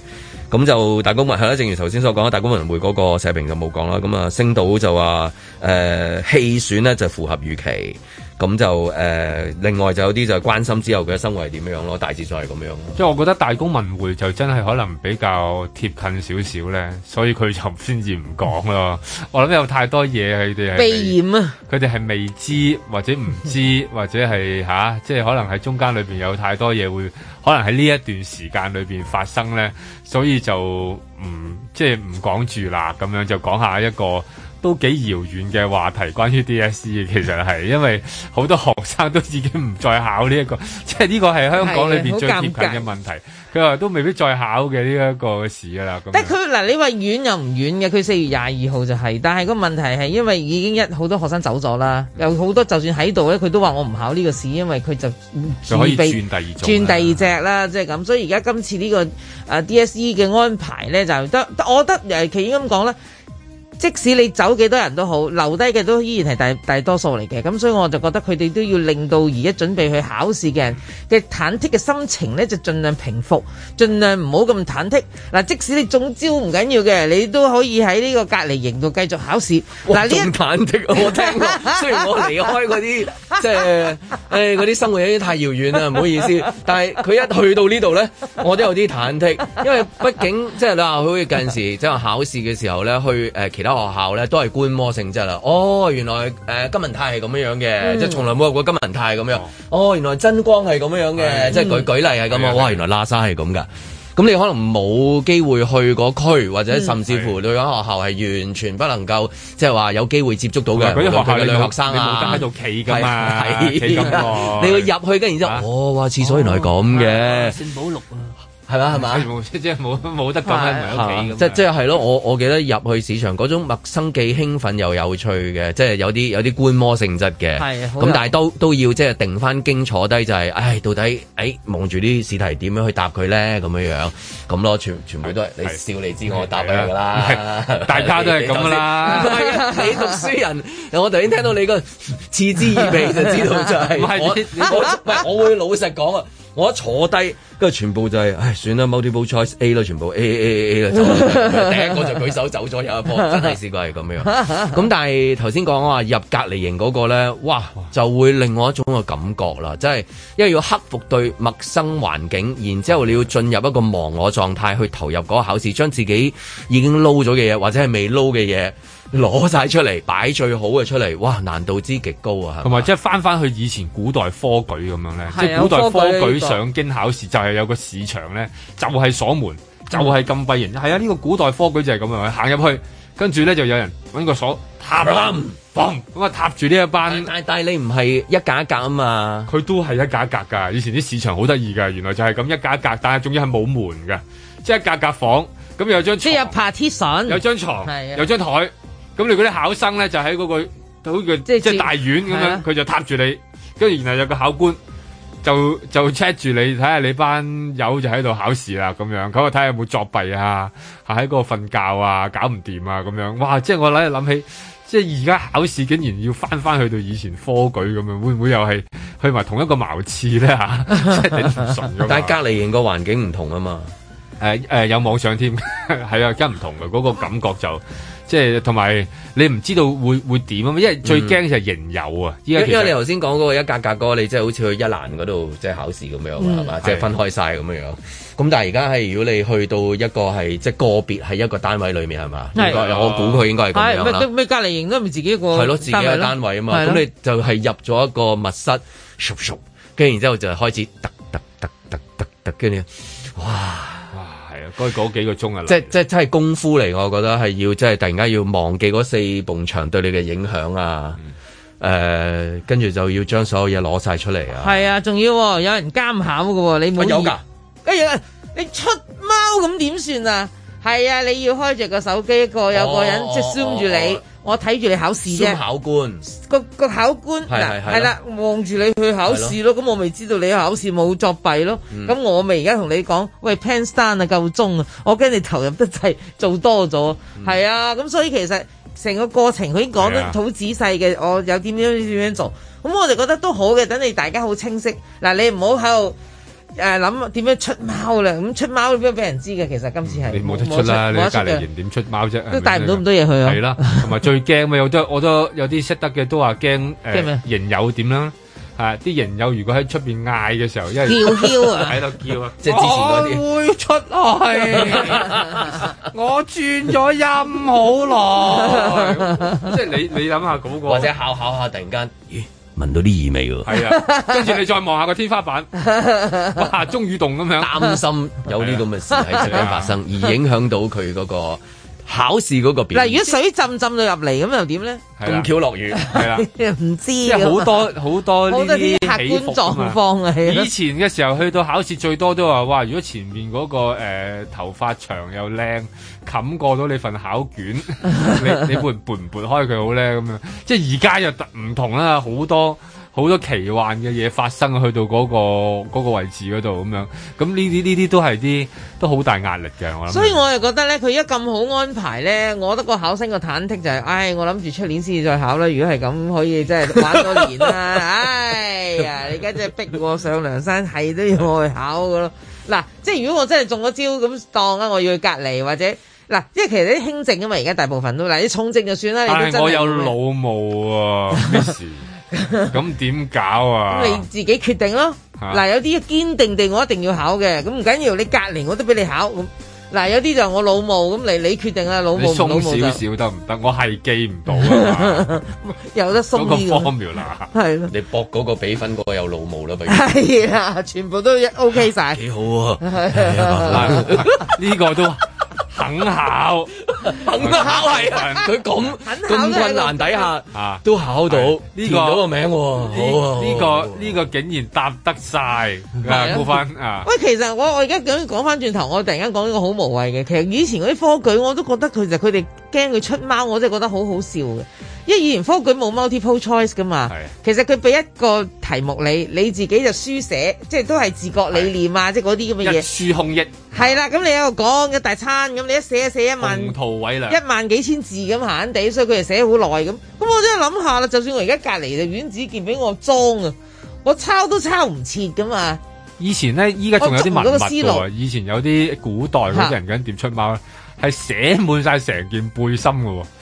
[SPEAKER 2] 咁就大公文係啊啦，正如頭先所講啦，大公文匯嗰個社評就冇講啦。咁啊，星島就話誒、呃、棄選呢就符合預期。咁就誒、呃另外就有啲就係關心之後嘅生活係點樣咯，大致就係咁樣咯。
[SPEAKER 6] 即係我覺得大公文匯就真係可能比較貼近少少咧，所以佢就先至唔講咯。 我諗有太多嘢佢哋係
[SPEAKER 4] 避嫌啊！
[SPEAKER 6] 佢哋係未知或者唔知 或者係吓、即係可能喺中間裏邊有太多嘢會，可能喺呢一段時間裏邊發生咧，所以就唔即係唔講住啦，咁樣就講下一個。都幾遙遠嘅話題，關於 DSE 嘅其實係，因為好多學生都已經唔再考呢、一個，即係呢個係香港裏
[SPEAKER 4] 係
[SPEAKER 6] 邊
[SPEAKER 4] 啊
[SPEAKER 6] 最貼
[SPEAKER 4] 好尷
[SPEAKER 6] 近
[SPEAKER 4] 尬
[SPEAKER 6] 嘅問題。佢話都未必再考嘅呢一個事噶啦。咁
[SPEAKER 4] 但
[SPEAKER 6] 樣
[SPEAKER 4] 係佢嗱，你話遠又唔遠嘅，佢四月廿二號就係、但係個問題係因為已經一好多學生走咗啦，有好多就算喺度咧，佢都話我唔考呢個試，因為佢就
[SPEAKER 6] 就可以
[SPEAKER 4] 自備
[SPEAKER 6] 轉第
[SPEAKER 2] 啊
[SPEAKER 6] 二種
[SPEAKER 4] 轉第二隻啦，即係咁。所以而家今次呢、個啊 DSE 嘅安排咧，就得得我覺得誒，呃其應咁講啦。即使你走幾多人都好，留低嘅都依然係大大多數嚟嘅，咁所以我就覺得佢哋都要令到而家準備去考試嘅人嘅忐忑嘅心情呢，就盡量平復，盡量唔好咁忐忑。嗱，即使你中招唔緊要嘅，你都可以喺呢個隔離營度繼續考試。嗱，呢
[SPEAKER 2] 仲
[SPEAKER 4] 一
[SPEAKER 2] 忐忑，我聽 過。雖然我離開嗰啲即係誒嗰啲生活有啲太遙遠啊啦，唔好意思。但係佢一去到呢度咧，我都有啲忐忑，因為畢竟即係你話好似近時即係考試嘅時候咧，去誒、呃其他學校咧都係觀摩性質啦。哦，原來誒、呃金文泰係咁樣樣嘅，
[SPEAKER 5] 嗯
[SPEAKER 2] 即係從來冇有過金文泰咁樣。哦，原來真光係咁樣樣嘅，即係舉舉例係咁啊！哇，原來喇沙係咁噶。咁你可能冇機會去嗰區，或者甚至乎你間學校係完全不能夠，即係話有機會接觸到嘅
[SPEAKER 6] 嗰啲學校
[SPEAKER 2] 無論佢嘅
[SPEAKER 6] 你
[SPEAKER 2] 女
[SPEAKER 6] 冇
[SPEAKER 2] 學生啊，
[SPEAKER 6] 你冇得喺度企㗎嘛
[SPEAKER 2] 係
[SPEAKER 6] 企咁耐 啊
[SPEAKER 2] 你要入去跟然之後，哦，哇，廁所原來係咁嘅，
[SPEAKER 15] 聖保六啊，
[SPEAKER 2] 係嘛係嘛。
[SPEAKER 6] 冇 即係冇冇得咁喺埋屋企咁樣。
[SPEAKER 2] 即即係咯，我我記得入去市場嗰種陌生既興奮又有趣嘅，即係有啲有啲觀摩性質嘅。
[SPEAKER 4] 係好有
[SPEAKER 2] 咁但係都都要即係定翻經坐低，就係唉，到底誒望住啲試題點樣去答佢咧？咁樣樣咁咯，全全部都係你笑你知我答俾你㗎啦，
[SPEAKER 6] 大家都係咁㗎啦
[SPEAKER 2] 唔係啊，你讀書人，我頭先聽到你個嗤之以鼻就知道就係
[SPEAKER 6] 唔係
[SPEAKER 2] 我
[SPEAKER 6] 你你
[SPEAKER 2] 我唔係啊我會老實講啊。我一坐低，跟住全部就係、唉，算啦，multiple choice A 啦，全部 A A A A 啦，走啦 第一個就舉手走咗有一波，真係試過係咁樣。咁但係頭先講啊話入隔離型嗰個咧，哇，就會另外一種嘅感覺啦，真係因為要克服對陌生環境，然之後你要進入一個忘我狀態去投入嗰個考試，將自己已經撈咗嘅嘢或者係未撈嘅嘢攞晒出嚟，擺最好嘅出嚟，哇，難度之極高啊！係
[SPEAKER 6] 同埋即係翻翻去以前古代科舉咁樣咧，即
[SPEAKER 2] 係
[SPEAKER 6] 係
[SPEAKER 2] 啊
[SPEAKER 6] 古代
[SPEAKER 2] 科舉
[SPEAKER 6] 科
[SPEAKER 2] 呢
[SPEAKER 6] 舉
[SPEAKER 2] 個
[SPEAKER 6] 上京考試就係有個市場咧，就係鎖
[SPEAKER 2] 嗯
[SPEAKER 6] 門，就係禁閉型。係啊，呢個古代科舉就係咁樣，行入去，跟住咧就有人揾個鎖，塔冧，嘣咁啊，塔住呢一班。
[SPEAKER 2] 但但係你唔係一格一格啊嘛，
[SPEAKER 6] 佢都係一格一格㗎。以前啲市場好得意㗎，原來就係咁一格一格，但係仲要係冇門㗎，即係一格格房，咁有張
[SPEAKER 4] 即係有 partition，
[SPEAKER 6] 有張床
[SPEAKER 4] 係啊，
[SPEAKER 6] 有張台，咁你嗰啲考生咧就喺嗰、個好似即係大院咁
[SPEAKER 4] 係啊
[SPEAKER 6] 樣，佢就踏住你，跟住然後有個考官就就 check 住你，睇下你班友就喺度考試啦咁樣，咁啊睇下有冇作弊啊，喺嗰度瞓覺啊，搞唔掂啊咁樣，哇！即係我喺度諗起。即係而家考試竟然要翻翻去到以前科舉咁樣，會唔會又係去埋同一個茅廁咧嚇？ 真係頂唔順㗎嘛
[SPEAKER 2] 但係隔離型個環境唔同啊嘛。
[SPEAKER 6] 誒誒、有網上添， 係啊，而家唔同嘅嗰、個感覺就即係同埋你唔知道會會點啊嘛，因為最驚就係人有啊，依
[SPEAKER 2] 因
[SPEAKER 6] 家
[SPEAKER 2] 為
[SPEAKER 6] 其
[SPEAKER 2] 嗯因為你
[SPEAKER 6] 實
[SPEAKER 2] 頭先講嗰個一格格哥，你即係好似去一蘭嗰度即係考試咁樣
[SPEAKER 6] 嗯
[SPEAKER 2] 係嘛，即係分開晒咁樣。咁但係而家係如果你去到一個係即係個別喺一個單位裏面係嘛，應
[SPEAKER 4] 係
[SPEAKER 2] 該我估佢應該係咁樣
[SPEAKER 4] 係哦咩
[SPEAKER 2] 啦。
[SPEAKER 4] 咩隔離型都唔係自己一個
[SPEAKER 2] 係咯，自己嘅單位啊嘛，
[SPEAKER 4] 係
[SPEAKER 2] 咁
[SPEAKER 4] 咯
[SPEAKER 2] 你就係入咗一個密室，熟熟，跟住然之後就開始突突突突突突，跟住
[SPEAKER 6] 係啊，該嗰幾個鐘啊，
[SPEAKER 2] 即係即係真係功夫嚟，我覺得係要即係突然間要忘記嗰四埲牆對你嘅影響啊，誒，跟住就要將所有嘢攞晒出嚟啊。
[SPEAKER 4] 係啊，仲要喎有人監考嘅喎，你冇
[SPEAKER 2] 啊有㗎
[SPEAKER 4] 意。哎呀，你出貓咁點算啊？係啊，你要開着個手機，個有個人
[SPEAKER 2] 哦
[SPEAKER 4] 即係 zoom 住你
[SPEAKER 2] 哦，
[SPEAKER 4] 我睇住你考試啫
[SPEAKER 2] Zoom。考官。
[SPEAKER 4] 個個考官
[SPEAKER 2] 係
[SPEAKER 4] 嗱
[SPEAKER 2] 係係
[SPEAKER 4] 係啦，望住你去考試咯，咁我咪知道你考試冇作弊咯。
[SPEAKER 2] 嗯
[SPEAKER 4] 咁我咪而家同你講，喂 pen stand 啊夠鐘啊，我驚你投入得滯，做多咗，
[SPEAKER 6] 嗯
[SPEAKER 4] 係啊，咁所以其實成個過程佢已經講得
[SPEAKER 15] 係啊
[SPEAKER 4] 好仔細嘅，我有點樣點樣做，咁我就覺得都好嘅，等你大家好清晰。嗱，你唔好喺度。誒諗點樣出貓啦？咁出貓點樣俾人知嘅？其實今次係
[SPEAKER 6] 嗯你冇得出啦，你
[SPEAKER 4] 冇
[SPEAKER 6] 隔
[SPEAKER 4] 得出嘅
[SPEAKER 6] 離人點出貓啫？
[SPEAKER 4] 都帶唔到咁多嘢去啊
[SPEAKER 6] 係啦，同埋最驚咪有都我都有啲識得嘅都話驚
[SPEAKER 4] 驚咩
[SPEAKER 6] 誒人有點啦。啊！啲人有如果喺出邊嗌嘅時候，因為
[SPEAKER 4] 叫囂啊
[SPEAKER 6] 喺度叫 啊，
[SPEAKER 2] 即係之前嗰啲
[SPEAKER 6] 我會出 去，我轉咗音好耐，即係你你諗下嗰個，
[SPEAKER 2] 或者考考下突然間，咦，聞到啲異味喎。
[SPEAKER 6] 係啊，跟住你再望下個天花 板，哇，中雨洞咁樣，啊
[SPEAKER 2] 擔心有呢咁嘅事喺身邊發生，而影響到佢嗰個考試嗰個表
[SPEAKER 4] 嗱，如
[SPEAKER 2] 現。
[SPEAKER 4] 果水浸浸到入嚟咁又點咧？
[SPEAKER 2] 咁巧落雨，
[SPEAKER 6] 係啦。
[SPEAKER 4] 唔知啊
[SPEAKER 6] 即係好 多好多呢
[SPEAKER 4] 好多啲客
[SPEAKER 6] 起
[SPEAKER 4] 觀
[SPEAKER 6] 伏啊嘛
[SPEAKER 4] 狀況啊，係咯
[SPEAKER 6] 以前嘅時候去到考試最多都話哇，如果前面嗰、個誒、呃、頭髮長又靚，冚過到你份考 卷，你你撥撥唔撥開佢好咧咁樣。即係而家又特唔同啦，好多。好多奇幻嘅嘢發生去到嗰、個嗰個位置嗰度咁樣，咁呢啲呢啲都係啲都好大壓力嘅，我諗。
[SPEAKER 4] 所以我又覺得咧，佢而家咁好安排咧，我覺得個考生個忐忑就係、唉，我諗住出年先至再考啦。如果係咁，可以真係玩 多年啦。唉呀，你而家真係逼我上梁山，係都要我去考噶咯。嗱，即係如果我真係中咗招咁當啊，我要去隔離或者嗱，因為其實啲輕症啊嘛，而家大部分都嗱，啲重症就算啦，
[SPEAKER 6] 但係
[SPEAKER 4] 你都真
[SPEAKER 6] 我
[SPEAKER 4] 係
[SPEAKER 6] 有
[SPEAKER 4] 會
[SPEAKER 6] 老母喎、Miss，咁點搞啊？
[SPEAKER 4] 咁你自己決定咯。
[SPEAKER 6] 嚇
[SPEAKER 4] 嗱，有啲堅定地我一定要考嘅，咁唔緊要，你隔離我都俾你考咁。嗱，有啲就我老母咁，你你決定啦，老
[SPEAKER 6] 你
[SPEAKER 4] 母唔老
[SPEAKER 6] 鬆
[SPEAKER 4] 母就
[SPEAKER 6] 少少得唔得？ 我係記唔到啊嘛，
[SPEAKER 4] 有得鬆
[SPEAKER 6] 嗰個
[SPEAKER 4] 啲 咁。
[SPEAKER 6] formula。
[SPEAKER 4] 係咯，
[SPEAKER 2] 你搏嗰個比分嗰個有老母啦，不如
[SPEAKER 4] 係啊，全部都一 OK 晒。
[SPEAKER 2] 幾好啊！
[SPEAKER 4] 係啊
[SPEAKER 6] 呢個都肯考，
[SPEAKER 2] 肯考係啊，佢咁咁困難底下
[SPEAKER 6] 啊，
[SPEAKER 2] 都考到，
[SPEAKER 6] 呢
[SPEAKER 2] 填
[SPEAKER 6] 個
[SPEAKER 2] 到個名喎，好啊，
[SPEAKER 6] 呢個呢個竟然答得晒啊！估翻啊！
[SPEAKER 4] 喂，其實我我而家咁講翻轉頭，我突然間講呢個好無謂嘅。其實以前嗰啲科舉我都覺得佢就佢哋驚佢出貓，我真係覺得好好笑嘅。因為以前科舉冇 multiple choice 噶嘛，其實佢俾一個題目你，你自己就書寫，即係都係自覺理念啊，即係嗰啲咁嘅
[SPEAKER 6] 一
[SPEAKER 4] 嘢。
[SPEAKER 6] 書空益，
[SPEAKER 4] 係啦，咁你喺度講一大餐，咁你一寫寫一萬
[SPEAKER 6] 宏圖偉量。
[SPEAKER 4] 一萬幾千字咁閒閒地，所以佢哋寫好耐咁。咁我真係諗下啦，就算我而家隔離就阮子健俾我裝啊，我抄都抄唔切噶嘛。
[SPEAKER 6] 以前咧，依家仲有啲文
[SPEAKER 4] 哦我捉唔到個
[SPEAKER 6] 物
[SPEAKER 4] 思
[SPEAKER 6] 嘅
[SPEAKER 4] 路
[SPEAKER 6] 喎。以前有啲古代嗰啲人咁點出貓咧，係寫滿晒成件背心嘅喎。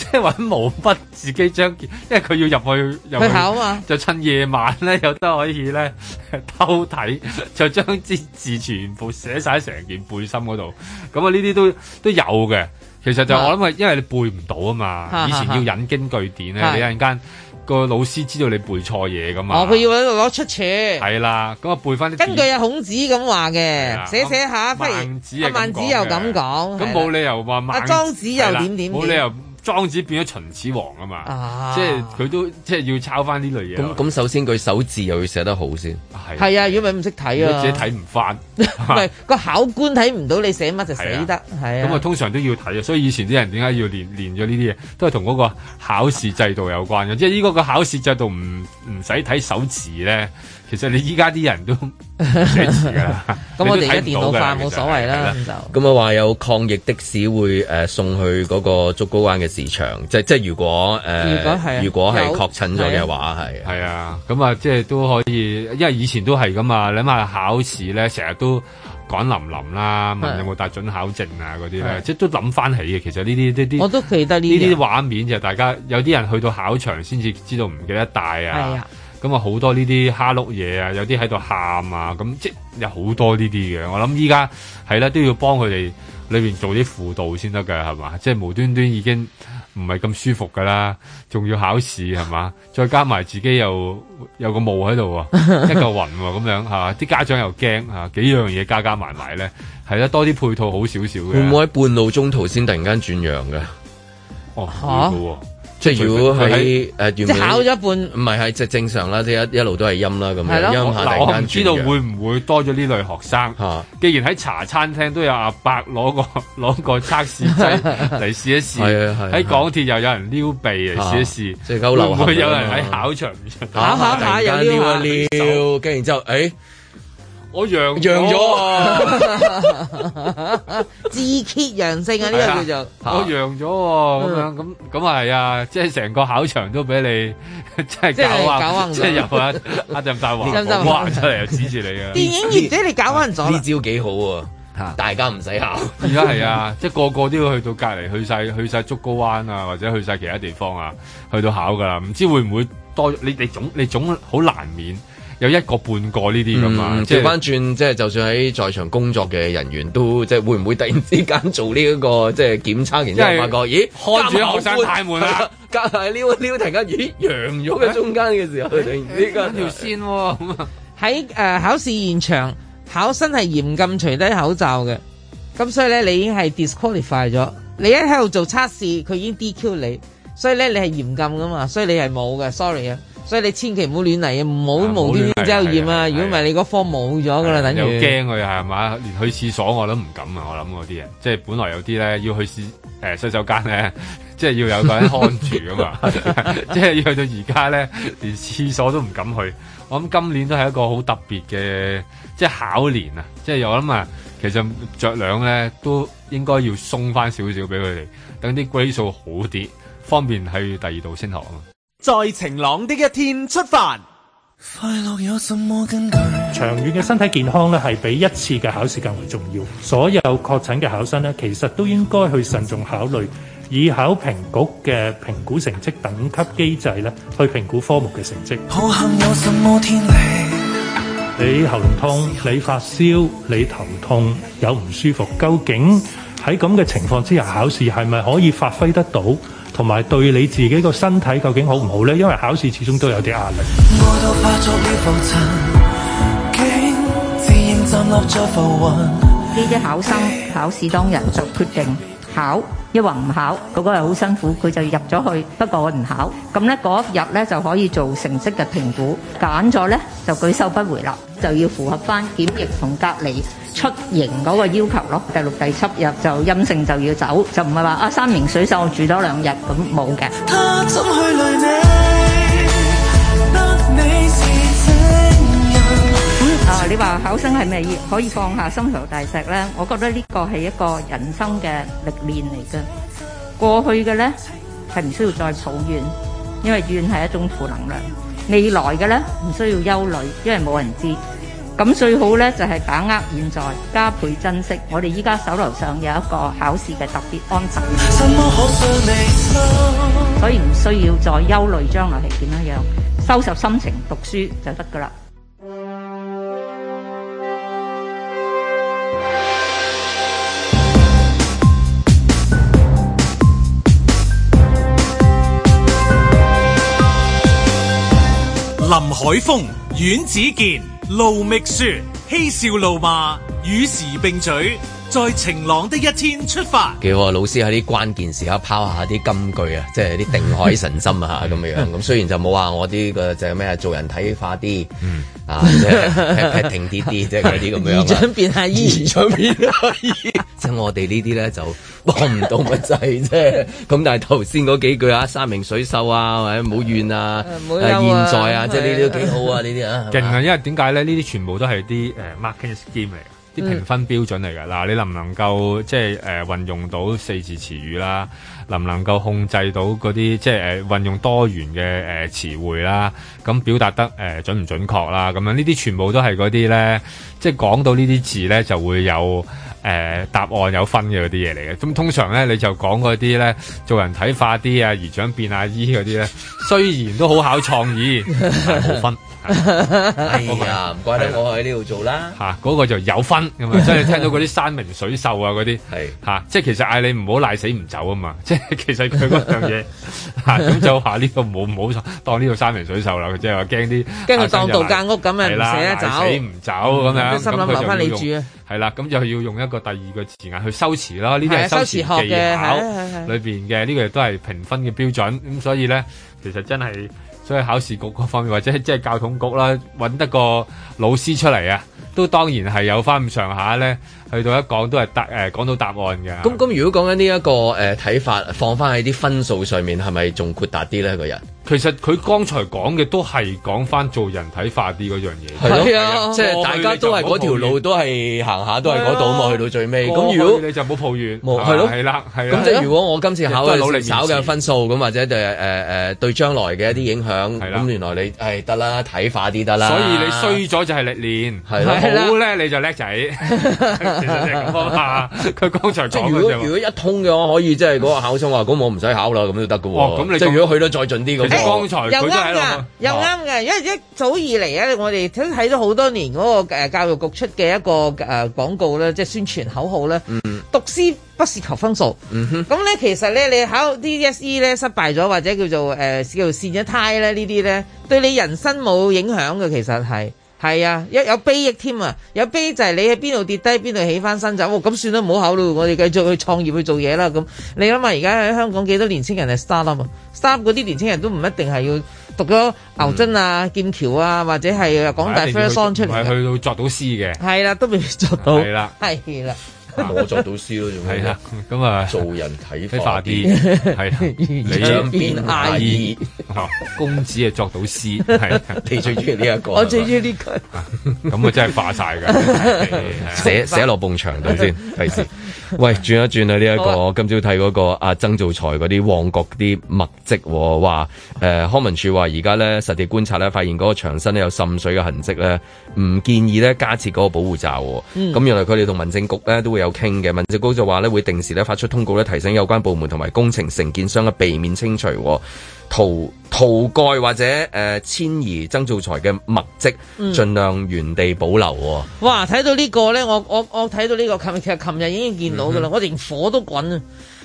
[SPEAKER 6] 即係揾毛筆自己將件，因為佢要入去入
[SPEAKER 4] 去考啊嘛
[SPEAKER 6] 就趁夜晚咧有得可以咧 偷睇，就將啲字全部寫晒喺成件背心嗰度。咁啊，呢啲都都有嘅。其實就
[SPEAKER 5] 啊
[SPEAKER 6] 我諗係因為你背唔到啊嘛，
[SPEAKER 4] 啊
[SPEAKER 6] 以前
[SPEAKER 4] 啊
[SPEAKER 6] 要引經據典咧，
[SPEAKER 4] 係
[SPEAKER 6] 你一陣間個老師知道你背錯嘢噶嘛
[SPEAKER 4] 哦，。佢要喺度攞出處。
[SPEAKER 6] 係啦，咁啊背翻啲
[SPEAKER 4] 根據
[SPEAKER 6] 典
[SPEAKER 4] 阿孔子咁話
[SPEAKER 6] 啊
[SPEAKER 4] 嘅，寫寫下，忽
[SPEAKER 6] 孟子
[SPEAKER 4] 然
[SPEAKER 6] 係咁
[SPEAKER 4] 阿啊孟子
[SPEAKER 6] 講
[SPEAKER 4] 又
[SPEAKER 6] 嘅
[SPEAKER 4] 咁講，
[SPEAKER 6] 咁
[SPEAKER 4] 係
[SPEAKER 6] 冇
[SPEAKER 4] 啦
[SPEAKER 6] 理由話孟
[SPEAKER 4] 阿莊子又
[SPEAKER 6] 係啦
[SPEAKER 4] 點點
[SPEAKER 6] 冇
[SPEAKER 4] 點
[SPEAKER 6] 理由莊子變咗秦始皇啊嘛，即係佢都即係要抄翻呢類嘢
[SPEAKER 2] 咁
[SPEAKER 6] 咯。
[SPEAKER 2] 咁首先佢手字又要寫得好先，
[SPEAKER 6] 係
[SPEAKER 4] 係啊，如果咪唔識睇啊，
[SPEAKER 6] 自己睇唔翻，
[SPEAKER 4] 唔係啊個考官睇唔到你寫乜就死
[SPEAKER 6] 係
[SPEAKER 4] 得
[SPEAKER 6] 啊，
[SPEAKER 4] 係
[SPEAKER 6] 咁啊
[SPEAKER 4] 啊。。
[SPEAKER 6] 通常都要睇啊。所以以前啲人點解要練練咗呢啲嘢，都係同嗰個考試制度有關嘅。即係依個個考試制度唔唔使睇手字咧，其實你依家啲人都唔寫字㗎啦
[SPEAKER 4] 咁我哋
[SPEAKER 6] 你都
[SPEAKER 4] 而家
[SPEAKER 6] 睇
[SPEAKER 4] 電
[SPEAKER 6] 唔到㗎
[SPEAKER 4] 腦化
[SPEAKER 6] 啦
[SPEAKER 4] 冇
[SPEAKER 6] 其實
[SPEAKER 4] 所謂
[SPEAKER 6] 係
[SPEAKER 4] 啦，
[SPEAKER 6] 啦
[SPEAKER 4] 咁就
[SPEAKER 2] 咁啊話有抗疫的士會誒、呃送去嗰個竹篙灣嘅市場，即即如果誒、呃
[SPEAKER 6] 如果係啊
[SPEAKER 2] 如果係
[SPEAKER 6] 有
[SPEAKER 2] 確診咗嘅話係
[SPEAKER 6] 係啊，咁啊，即係都可以，因為以前都係噶啊嘛，你諗下考試咧，成日都趕臨臨啦，
[SPEAKER 4] 係
[SPEAKER 6] 問有冇帶准考證啊嗰啲咧
[SPEAKER 4] 係，
[SPEAKER 6] 即係都諗翻起嘅。其實呢啲呢啲
[SPEAKER 4] 我都記得呢啊
[SPEAKER 6] 呢
[SPEAKER 4] 樣
[SPEAKER 6] 啲畫面就係大家有啲人去到考場先至知道唔記得帶
[SPEAKER 4] 係
[SPEAKER 6] 啊
[SPEAKER 4] 啊，
[SPEAKER 6] 咁啊好多呢啲蝦碌嘢啊，有啲喺度喊啊，咁即係有好多呢啲嘅。我諗依家係啦，都要幫佢哋裏邊做啲輔導先得㗎，係嘛？即係無端端已經唔係咁舒服㗎啦，仲要考試係嘛？再加埋自己又有個霧喺度 喎，一嚿雲喎咁樣嚇，啲家長又驚嚇，幾樣嘢加加埋埋咧，係啦，多啲配套好少少嘅。
[SPEAKER 2] 會唔會喺半路中途先突然間轉讓嘅？
[SPEAKER 6] 哦，
[SPEAKER 4] 嚇
[SPEAKER 6] 會㗎喎
[SPEAKER 2] 啊即係如果
[SPEAKER 6] 佢
[SPEAKER 2] 喺
[SPEAKER 6] 喺
[SPEAKER 2] 誒原
[SPEAKER 4] 即
[SPEAKER 2] 本
[SPEAKER 4] 係考咗一半，
[SPEAKER 2] 唔係係即係正常啦，即係一一路都係陰啦咁
[SPEAKER 4] 係
[SPEAKER 2] 樣，陰
[SPEAKER 4] 咯
[SPEAKER 2] 下
[SPEAKER 6] 嗱，
[SPEAKER 2] 突
[SPEAKER 6] 我
[SPEAKER 2] 然
[SPEAKER 6] 唔
[SPEAKER 2] 間
[SPEAKER 6] 知
[SPEAKER 2] 轉
[SPEAKER 6] 道
[SPEAKER 2] 讓
[SPEAKER 6] 會唔會多咗呢類學生。既然喺茶餐廳都有阿伯攞個 攞個測試 劑嚟試一試，
[SPEAKER 2] 係啊係啊
[SPEAKER 6] 喺港鐵又有人撩鼻嚟試一試，
[SPEAKER 2] 即係勾流
[SPEAKER 6] 會唔會
[SPEAKER 2] 合
[SPEAKER 6] 有
[SPEAKER 2] 㗎嘛
[SPEAKER 6] 人喺考場
[SPEAKER 2] 考下下又撩啊一撩，跟住然之後誒
[SPEAKER 6] 我讓
[SPEAKER 2] 讓咗啊！
[SPEAKER 4] 自揭陽性啊，呢個叫做。
[SPEAKER 6] 我讓咗喎，
[SPEAKER 4] 嗯
[SPEAKER 6] 咁樣咁咁啊係啊，即係成個考場都俾你即
[SPEAKER 4] 即係
[SPEAKER 6] 係搞
[SPEAKER 4] 搞
[SPEAKER 6] 啊，
[SPEAKER 4] 暈咗
[SPEAKER 6] 即係入啊阿任 大華
[SPEAKER 2] 任大華
[SPEAKER 6] 哇出嚟又指住你啊！
[SPEAKER 4] 電影業者你搞暈咗
[SPEAKER 2] 呢
[SPEAKER 4] 啦，
[SPEAKER 2] 招幾好喎，大家唔使考。
[SPEAKER 6] 而家係啊，即係個個都要去到隔離，去晒去晒竹篙灣啊，或者去晒其他地方啊，去到考噶啦。唔知會唔會多？你你總你總好難免有一個半個呢啲噶嘛，
[SPEAKER 2] 嗯，
[SPEAKER 6] 即
[SPEAKER 2] 調
[SPEAKER 6] 係
[SPEAKER 2] 翻轉，即係就算喺在場工作嘅人員都，即係會唔會突然之間做呢一個即係檢測，然之後發覺，
[SPEAKER 6] 因為
[SPEAKER 2] 咦，
[SPEAKER 6] 看住啲學生太悶 啦，
[SPEAKER 2] 隔係撩撩，突然間咦揚咗嘅中間嘅時候，突然之間
[SPEAKER 6] 條線喎咁啊！
[SPEAKER 4] 喺誒、呃考試現場，考生係嚴禁除低口罩嘅，咁所以咧你已經係 disqualify 咗，你一喺度做測試，佢已經 DQ 你，所以咧你係嚴禁噶嘛，所以你係冇嘅，sorry 啊，所以你千祈唔好亂嚟啊，唔好無端端之後驗啊，如果唔係你嗰科冇咗噶啦，等
[SPEAKER 6] 又
[SPEAKER 4] 於
[SPEAKER 6] 驚佢啊係嘛？連去廁所我都唔敢啊！我諗嗰啲人，即係本來有啲咧要去廁誒洗手間咧， 即係要有個人看住噶嘛。即係要去到而家咧，連廁所都唔敢去。我諗今年都係一個好特別嘅，即係考年啊！即係我諗啊，其實着量咧都應該要鬆翻少少俾佢哋，等啲 grade 數好啲，方便去第二度先學啊嘛。
[SPEAKER 1] 在晴朗的一天出發。
[SPEAKER 9] 快樂有什麼根據？
[SPEAKER 15] 長遠嘅身體健康咧，係比一次嘅考試更為重要。所有確診嘅考生咧，其實都應該去慎重考慮，以考評局嘅評估成績等級機制咧，去評估科目嘅成績。
[SPEAKER 9] 抱憾有什麼天理？
[SPEAKER 15] 你喉嚨痛、你發燒、你頭痛、有唔舒服，究竟喺咁嘅情況之下，考試係咪可以發揮得到？同埋對你自己個身體究竟好唔好呢？因為考試始終都有啲壓力。
[SPEAKER 9] 愛到化作了浮塵，竟自然站立在浮雲。
[SPEAKER 16] 呢啲考生考試當日就決定考抑或唔考，嗰、個係好辛苦，佢就入咗去。不過我唔考，咁咧嗰一日咧就可以做成績嘅評估，揀咗咧就舉手不回啦，就要符合翻檢疫同隔離出營嗰個要求咯。第六、第七日就陰性就要走，就唔係話啊三年水手我住多兩日咁冇嘅。
[SPEAKER 9] 他怎去累你？得你是真人。
[SPEAKER 16] 啊，你話考生係咪可以放下心頭大石呢？我覺得呢個係一個人生嘅歷練嚟嘅。過去嘅呢，係唔需要再抱怨，因為怨係一種負能量。未來嘅呢，唔需要憂慮，因為冇人知。咁最好呢，就係、把握現在，加倍珍惜。我哋依家手頭上有一個考試嘅特別安排，所以唔需要再憂慮將來係點樣樣，收拾心情讀書就得噶啦。
[SPEAKER 1] 林海峰、阮子健、盧覓雪，嬉笑怒罵，與時並舉，在晴朗的一天出發。
[SPEAKER 2] 幾好啊！老師喺啲關鍵時刻拋下啲金句啊，即係啲定海神針啊
[SPEAKER 4] 嗯
[SPEAKER 2] 咁 樣。咁雖然就冇話我啲個就係咩啊，做人睇化啲，
[SPEAKER 4] 嗯
[SPEAKER 2] 啊即係停啲啲，即係嗰啲 咁樣啊。
[SPEAKER 4] 姨丈變阿姨，
[SPEAKER 2] 長片可以，即係我哋呢啲咧就幫唔到乜滯啫。咁但係頭先嗰幾句啊，山明水秀啊，或者唔好怨啊，
[SPEAKER 4] 唔好憂啊
[SPEAKER 2] 現在啊，即係呢啲都幾好啊，呢啲啊。
[SPEAKER 6] 勁啊！因為點解咧？呢啲全部都係啲誒呃 marketing scheme 嚟嘅。啲
[SPEAKER 2] 嗯
[SPEAKER 6] 評分標準嚟㗎，嗱你能唔能夠即係誒、呃、運用到四字詞語啦，能唔能夠控制到嗰啲即係誒、呃、運用多元嘅誒、呃、詞彙啦，咁表達得誒、呃、準唔準確啦，咁樣呢啲全部都係嗰啲咧，即係講到呢啲字咧就會有。誒、呃答案有分嘅嗰啲嘢嚟嘅，咁通常咧你就講嗰啲咧做人睇化啲啊，姨長變阿姨嗰啲咧，雖然都好考創意，但係
[SPEAKER 4] 啊
[SPEAKER 6] 冇 分。
[SPEAKER 2] 哎呀，唔怪得我喺呢度做啦。
[SPEAKER 6] 嚇，嗰、個就有分咁 啊！即係你聽到嗰啲山明水秀啊嗰啲，嚇，即係其實嗌你唔好賴死唔走啊嘛！ 即係其實佢嗰樣嘢 嚇，咁就話呢個冇唔好當呢度山明水秀啦，佢即係話驚啲
[SPEAKER 4] 驚佢
[SPEAKER 6] 後生
[SPEAKER 4] 當
[SPEAKER 6] 就
[SPEAKER 4] 度
[SPEAKER 6] 賴
[SPEAKER 4] 假屋咁啊
[SPEAKER 6] 係
[SPEAKER 4] 唔
[SPEAKER 6] 啦
[SPEAKER 4] 捨得走
[SPEAKER 6] 賴死唔走咁樣，
[SPEAKER 4] 佢心諗
[SPEAKER 6] 咁佢就
[SPEAKER 4] 留返你
[SPEAKER 6] 要用
[SPEAKER 4] 住啊！
[SPEAKER 6] 係啦，咁就要用一個第二個字眼去修辭啦，呢啲
[SPEAKER 4] 係啊
[SPEAKER 6] 係修辭技巧
[SPEAKER 4] 修辭學嘅係啊係啊
[SPEAKER 6] 裏邊嘅，呢個亦都係評分嘅標準。咁所以咧，其實真係所以考試局嗰方面，或者即係教統局啦，揾得個老師出嚟啊，都當然係有翻咁上下咧，去到一講都係答誒講到答案嘅。
[SPEAKER 2] 咁咁，如果講緊呢一個誒睇、法，放翻喺啲分數上面，係咪仲豁達啲咧？個人
[SPEAKER 6] 其實佢剛才講嘅都係講翻做人體化啲嗰樣嘢。
[SPEAKER 2] 係咯，啊即係大家都係嗰條路，都係行下都係嗰度
[SPEAKER 6] 啊
[SPEAKER 2] 嘛，去到最尾。咁如果
[SPEAKER 6] 你就冇抱怨，
[SPEAKER 2] 冇係咯，
[SPEAKER 6] 係啦，係啦。啊
[SPEAKER 2] 咁即係如果我今次考
[SPEAKER 6] 亦都係努力
[SPEAKER 2] 嘅
[SPEAKER 6] 面
[SPEAKER 2] 考嘅
[SPEAKER 6] 試
[SPEAKER 2] 分數咁，或者對誒誒對將來嘅一啲影響，咁原來你係得啦，睇化啲得啦。
[SPEAKER 6] 所以你衰咗就係歷練，
[SPEAKER 2] 係啦係啦
[SPEAKER 6] 好咧你就叻仔，其實就係咁啊 嘛。佢剛才
[SPEAKER 2] 即係
[SPEAKER 6] 講
[SPEAKER 2] 如
[SPEAKER 6] 嘅
[SPEAKER 2] 果
[SPEAKER 6] 就
[SPEAKER 2] 如果一通嘅話，可以即係嗰個考生話，咁我唔使考啦，咁都得嘅
[SPEAKER 6] 哦咁
[SPEAKER 2] 喎。
[SPEAKER 6] 你
[SPEAKER 2] 即係
[SPEAKER 6] 咁
[SPEAKER 2] 如果去得再盡啲咁
[SPEAKER 6] 其實
[SPEAKER 2] 喎，
[SPEAKER 6] 剛才佢
[SPEAKER 4] 又
[SPEAKER 6] 都
[SPEAKER 4] 啱
[SPEAKER 6] 喺
[SPEAKER 4] 㗎
[SPEAKER 6] 度，，
[SPEAKER 4] 又
[SPEAKER 2] 哦
[SPEAKER 4] 啱㗎，因為一早以嚟咧，我哋都睇咗好多年嗰個誒呃教育局出嘅一個誒廣告啦，即係宣傳口號啦。
[SPEAKER 2] 嗯
[SPEAKER 4] 讀書不是求分數。咁咧其實咧，你考 DSE 咧失敗咗，或者叫做誒、呃叫做跣咗胎咧，呢啲咧對你人生冇影響嘅，其實係。係啊，一有悲益添啊！有悲益就係你喺邊度跌低，邊度起翻身就，哦咁算啦，唔好考慮，我哋繼續去創業去做嘢啦。咁你諗下，而家喺香港幾多年青人係 start up 啊？start up 嗰啲年青人都唔一定係要讀咗牛津啊、劍橋啊，或者係港大
[SPEAKER 6] 一定要
[SPEAKER 4] first on 出
[SPEAKER 6] 唔係
[SPEAKER 4] 嚟嘅。
[SPEAKER 6] 去到作到詩嘅，
[SPEAKER 4] 係啦，都未必做到。
[SPEAKER 6] 係啦，
[SPEAKER 4] 係啦。
[SPEAKER 2] 我作到書咯，仲要
[SPEAKER 6] 係啦，咁啊，
[SPEAKER 2] 做人睇
[SPEAKER 6] 睇化
[SPEAKER 2] 化
[SPEAKER 6] 啲，
[SPEAKER 2] 啲，
[SPEAKER 6] 係啦，
[SPEAKER 2] 長
[SPEAKER 6] 你
[SPEAKER 2] 邊阿姨，
[SPEAKER 6] 哦公子係作到詩，係
[SPEAKER 2] 你最中意呢一個
[SPEAKER 4] 我最中意呢句。
[SPEAKER 6] 咁啊，真係化晒㗎，
[SPEAKER 2] 寫寫落埲牆度先，第時。喂，轉一轉啊！呢一個
[SPEAKER 6] 好
[SPEAKER 2] 我今朝睇嗰個阿曾造才嗰啲旺角啲墨跡喎，話誒康文署話而家咧實地觀察咧，發現嗰個牆身咧有滲水嘅痕跡咧，唔建議咧加設嗰個保護罩喎。咁、
[SPEAKER 17] 嗯
[SPEAKER 2] 原來佢哋同民政局咧都會有傾嘅，民政局就話咧會定時咧發出通告咧，提醒有關部門同埋工程承建商嘅避免清除喎塗塗蓋或者誒、呃遷移曾造才嘅墨跡，
[SPEAKER 4] 嗯
[SPEAKER 2] 盡量原地保留喎。
[SPEAKER 4] 哇！睇到呢個咧，我我我睇到呢、個，琴其實琴日已經見到噶啦，我連火都滾啊！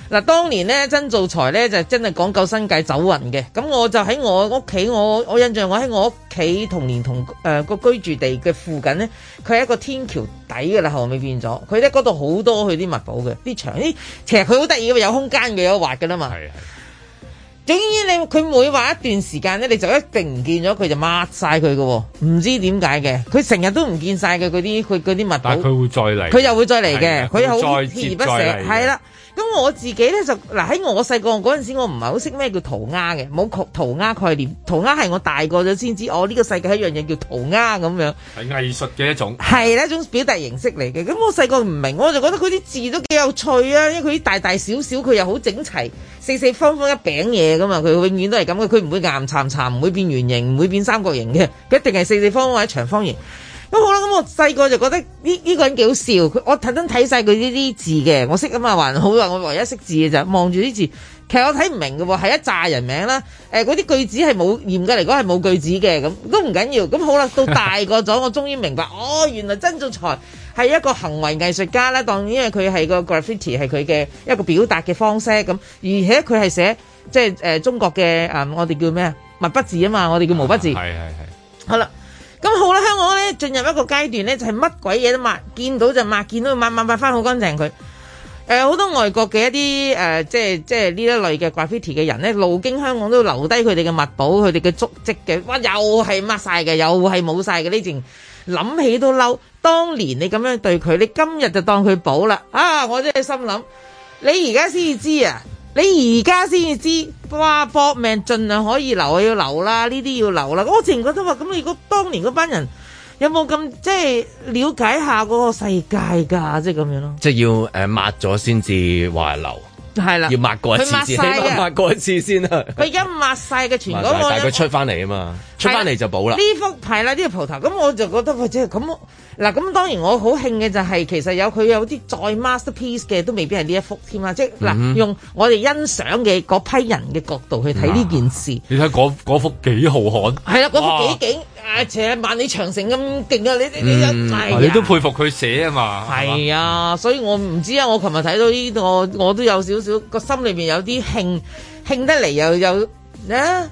[SPEAKER 4] 嗱，當年咧曾做財咧就真係講究新界走運嘅，咁我就喺我屋企，我我印象我喺我屋企同年同誒個、居住地嘅附近咧，佢係一個天橋底嘅啦，後尾變咗，佢咧嗰度好多佢啲物寶嘅，啲牆啲其實佢好得意嘅，有空間嘅有畫嘅啦嘛。總之你佢每畫一段時間咧，你就一定唔見咗佢就抹晒佢嘅喎，唔知點解嘅，佢成日都唔見晒嘅嗰啲佢嗰啲物寶。
[SPEAKER 6] 但係佢會再嚟，
[SPEAKER 4] 佢又會再嚟
[SPEAKER 6] 係
[SPEAKER 4] 嘅，
[SPEAKER 6] 啊
[SPEAKER 4] 佢好
[SPEAKER 6] 會再接
[SPEAKER 4] 鍥而不
[SPEAKER 6] 再
[SPEAKER 4] 捨，
[SPEAKER 6] 嚟嘅
[SPEAKER 4] 係啦。咁我自己咧就嗱喺我細個嗰陣時，我唔係好識咩叫塗鴉嘅，冇塗塗鴉概念。塗鴉係我大個咗先知，哦我呢個世界有一樣嘢叫塗鴉咁樣。
[SPEAKER 6] 係藝術嘅一種。
[SPEAKER 4] 係一種表達形式嚟嘅。咁我細個唔明，我就覺得佢啲字都幾有趣啊，因為佢啲大大小小，佢又好整齊，四四方方一餅嘢噶嘛。佢永遠都係咁嘅，佢唔會岩巉巉，唔會變圓形，唔會變三角形嘅， 佢一定係四四方方或者長方形。咁好啦，咁我細個就覺得呢呢個人幾好笑，佢我特登睇晒佢呢啲字嘅，我識啊嘛，還好啊，我唯一識字嘅就望住啲字，其實我睇唔明嘅喎，係一紮人名啦，誒嗰啲句子係冇嚴格嚟講係冇句子嘅，咁都唔緊要，咁好啦，到大個咗，我終於明白，哦，原來曾俊才係一個行為藝術家啦，當然因為佢係個 graffiti 係佢嘅一個表達嘅方式咁，而且佢係寫即係誒、呃中國嘅誒、嗯我哋叫咩啊墨筆字啊嘛，我哋叫毛筆字。好啦，咁好啦，香港咧進入一個階段咧，就係乜鬼嘢都抹，見到就抹，見到就抹抹抹翻好乾淨佢。誒、好多外國嘅一啲誒、呃即係即係呢一類嘅 graffiti 嘅人咧，路經香港都留低佢哋嘅墨寶，佢哋嘅足跡嘅，哇，又係抹晒嘅，又係冇晒嘅呢件，諗起都嬲。當年你咁樣對佢，你今日就當佢寶啦。啊，我真係心諗，你而家先至知啊！你而家先至知，哇！搏命盡量可以留要留啦，呢啲要留啦。我淨覺得話，咁你嗰當年嗰班人有冇咁即係了解下嗰個世界㗎？即係咁樣咯。
[SPEAKER 2] 即係要誒抹咗先至話流，
[SPEAKER 4] 係啦，
[SPEAKER 2] 要抹過一次
[SPEAKER 4] 佢抹
[SPEAKER 2] 先，
[SPEAKER 4] 晒嘅
[SPEAKER 2] 抹過一次先啊！
[SPEAKER 4] 佢而家抹晒嘅全
[SPEAKER 2] 抹
[SPEAKER 4] 港
[SPEAKER 2] 晒
[SPEAKER 4] 我
[SPEAKER 2] 但係
[SPEAKER 4] 有
[SPEAKER 2] 佢出翻嚟啊嘛，出翻嚟就補啦
[SPEAKER 4] 呢。幅係啦，呢個葡萄咁我就覺得喂，即係咁嗱，咁當然我好興嘅就係、其實有佢有啲再 masterpiece 嘅都未必係呢一幅添啦，即係嗱、
[SPEAKER 6] 嗯哼
[SPEAKER 4] 用我哋欣賞嘅嗰批人嘅角度去睇呢件事。
[SPEAKER 6] 你睇嗰嗰幅幾浩瀚，
[SPEAKER 4] 係啦，嗰幅
[SPEAKER 6] 哇
[SPEAKER 4] 幾景，啊，且萬里長城咁勁啊！你你你，哎呀
[SPEAKER 6] 你都佩服佢寫啊嘛，
[SPEAKER 4] 係啊，所以我唔知啊，我琴日睇到呢度，我我都有少少個心裏邊有啲興興得嚟，又又咧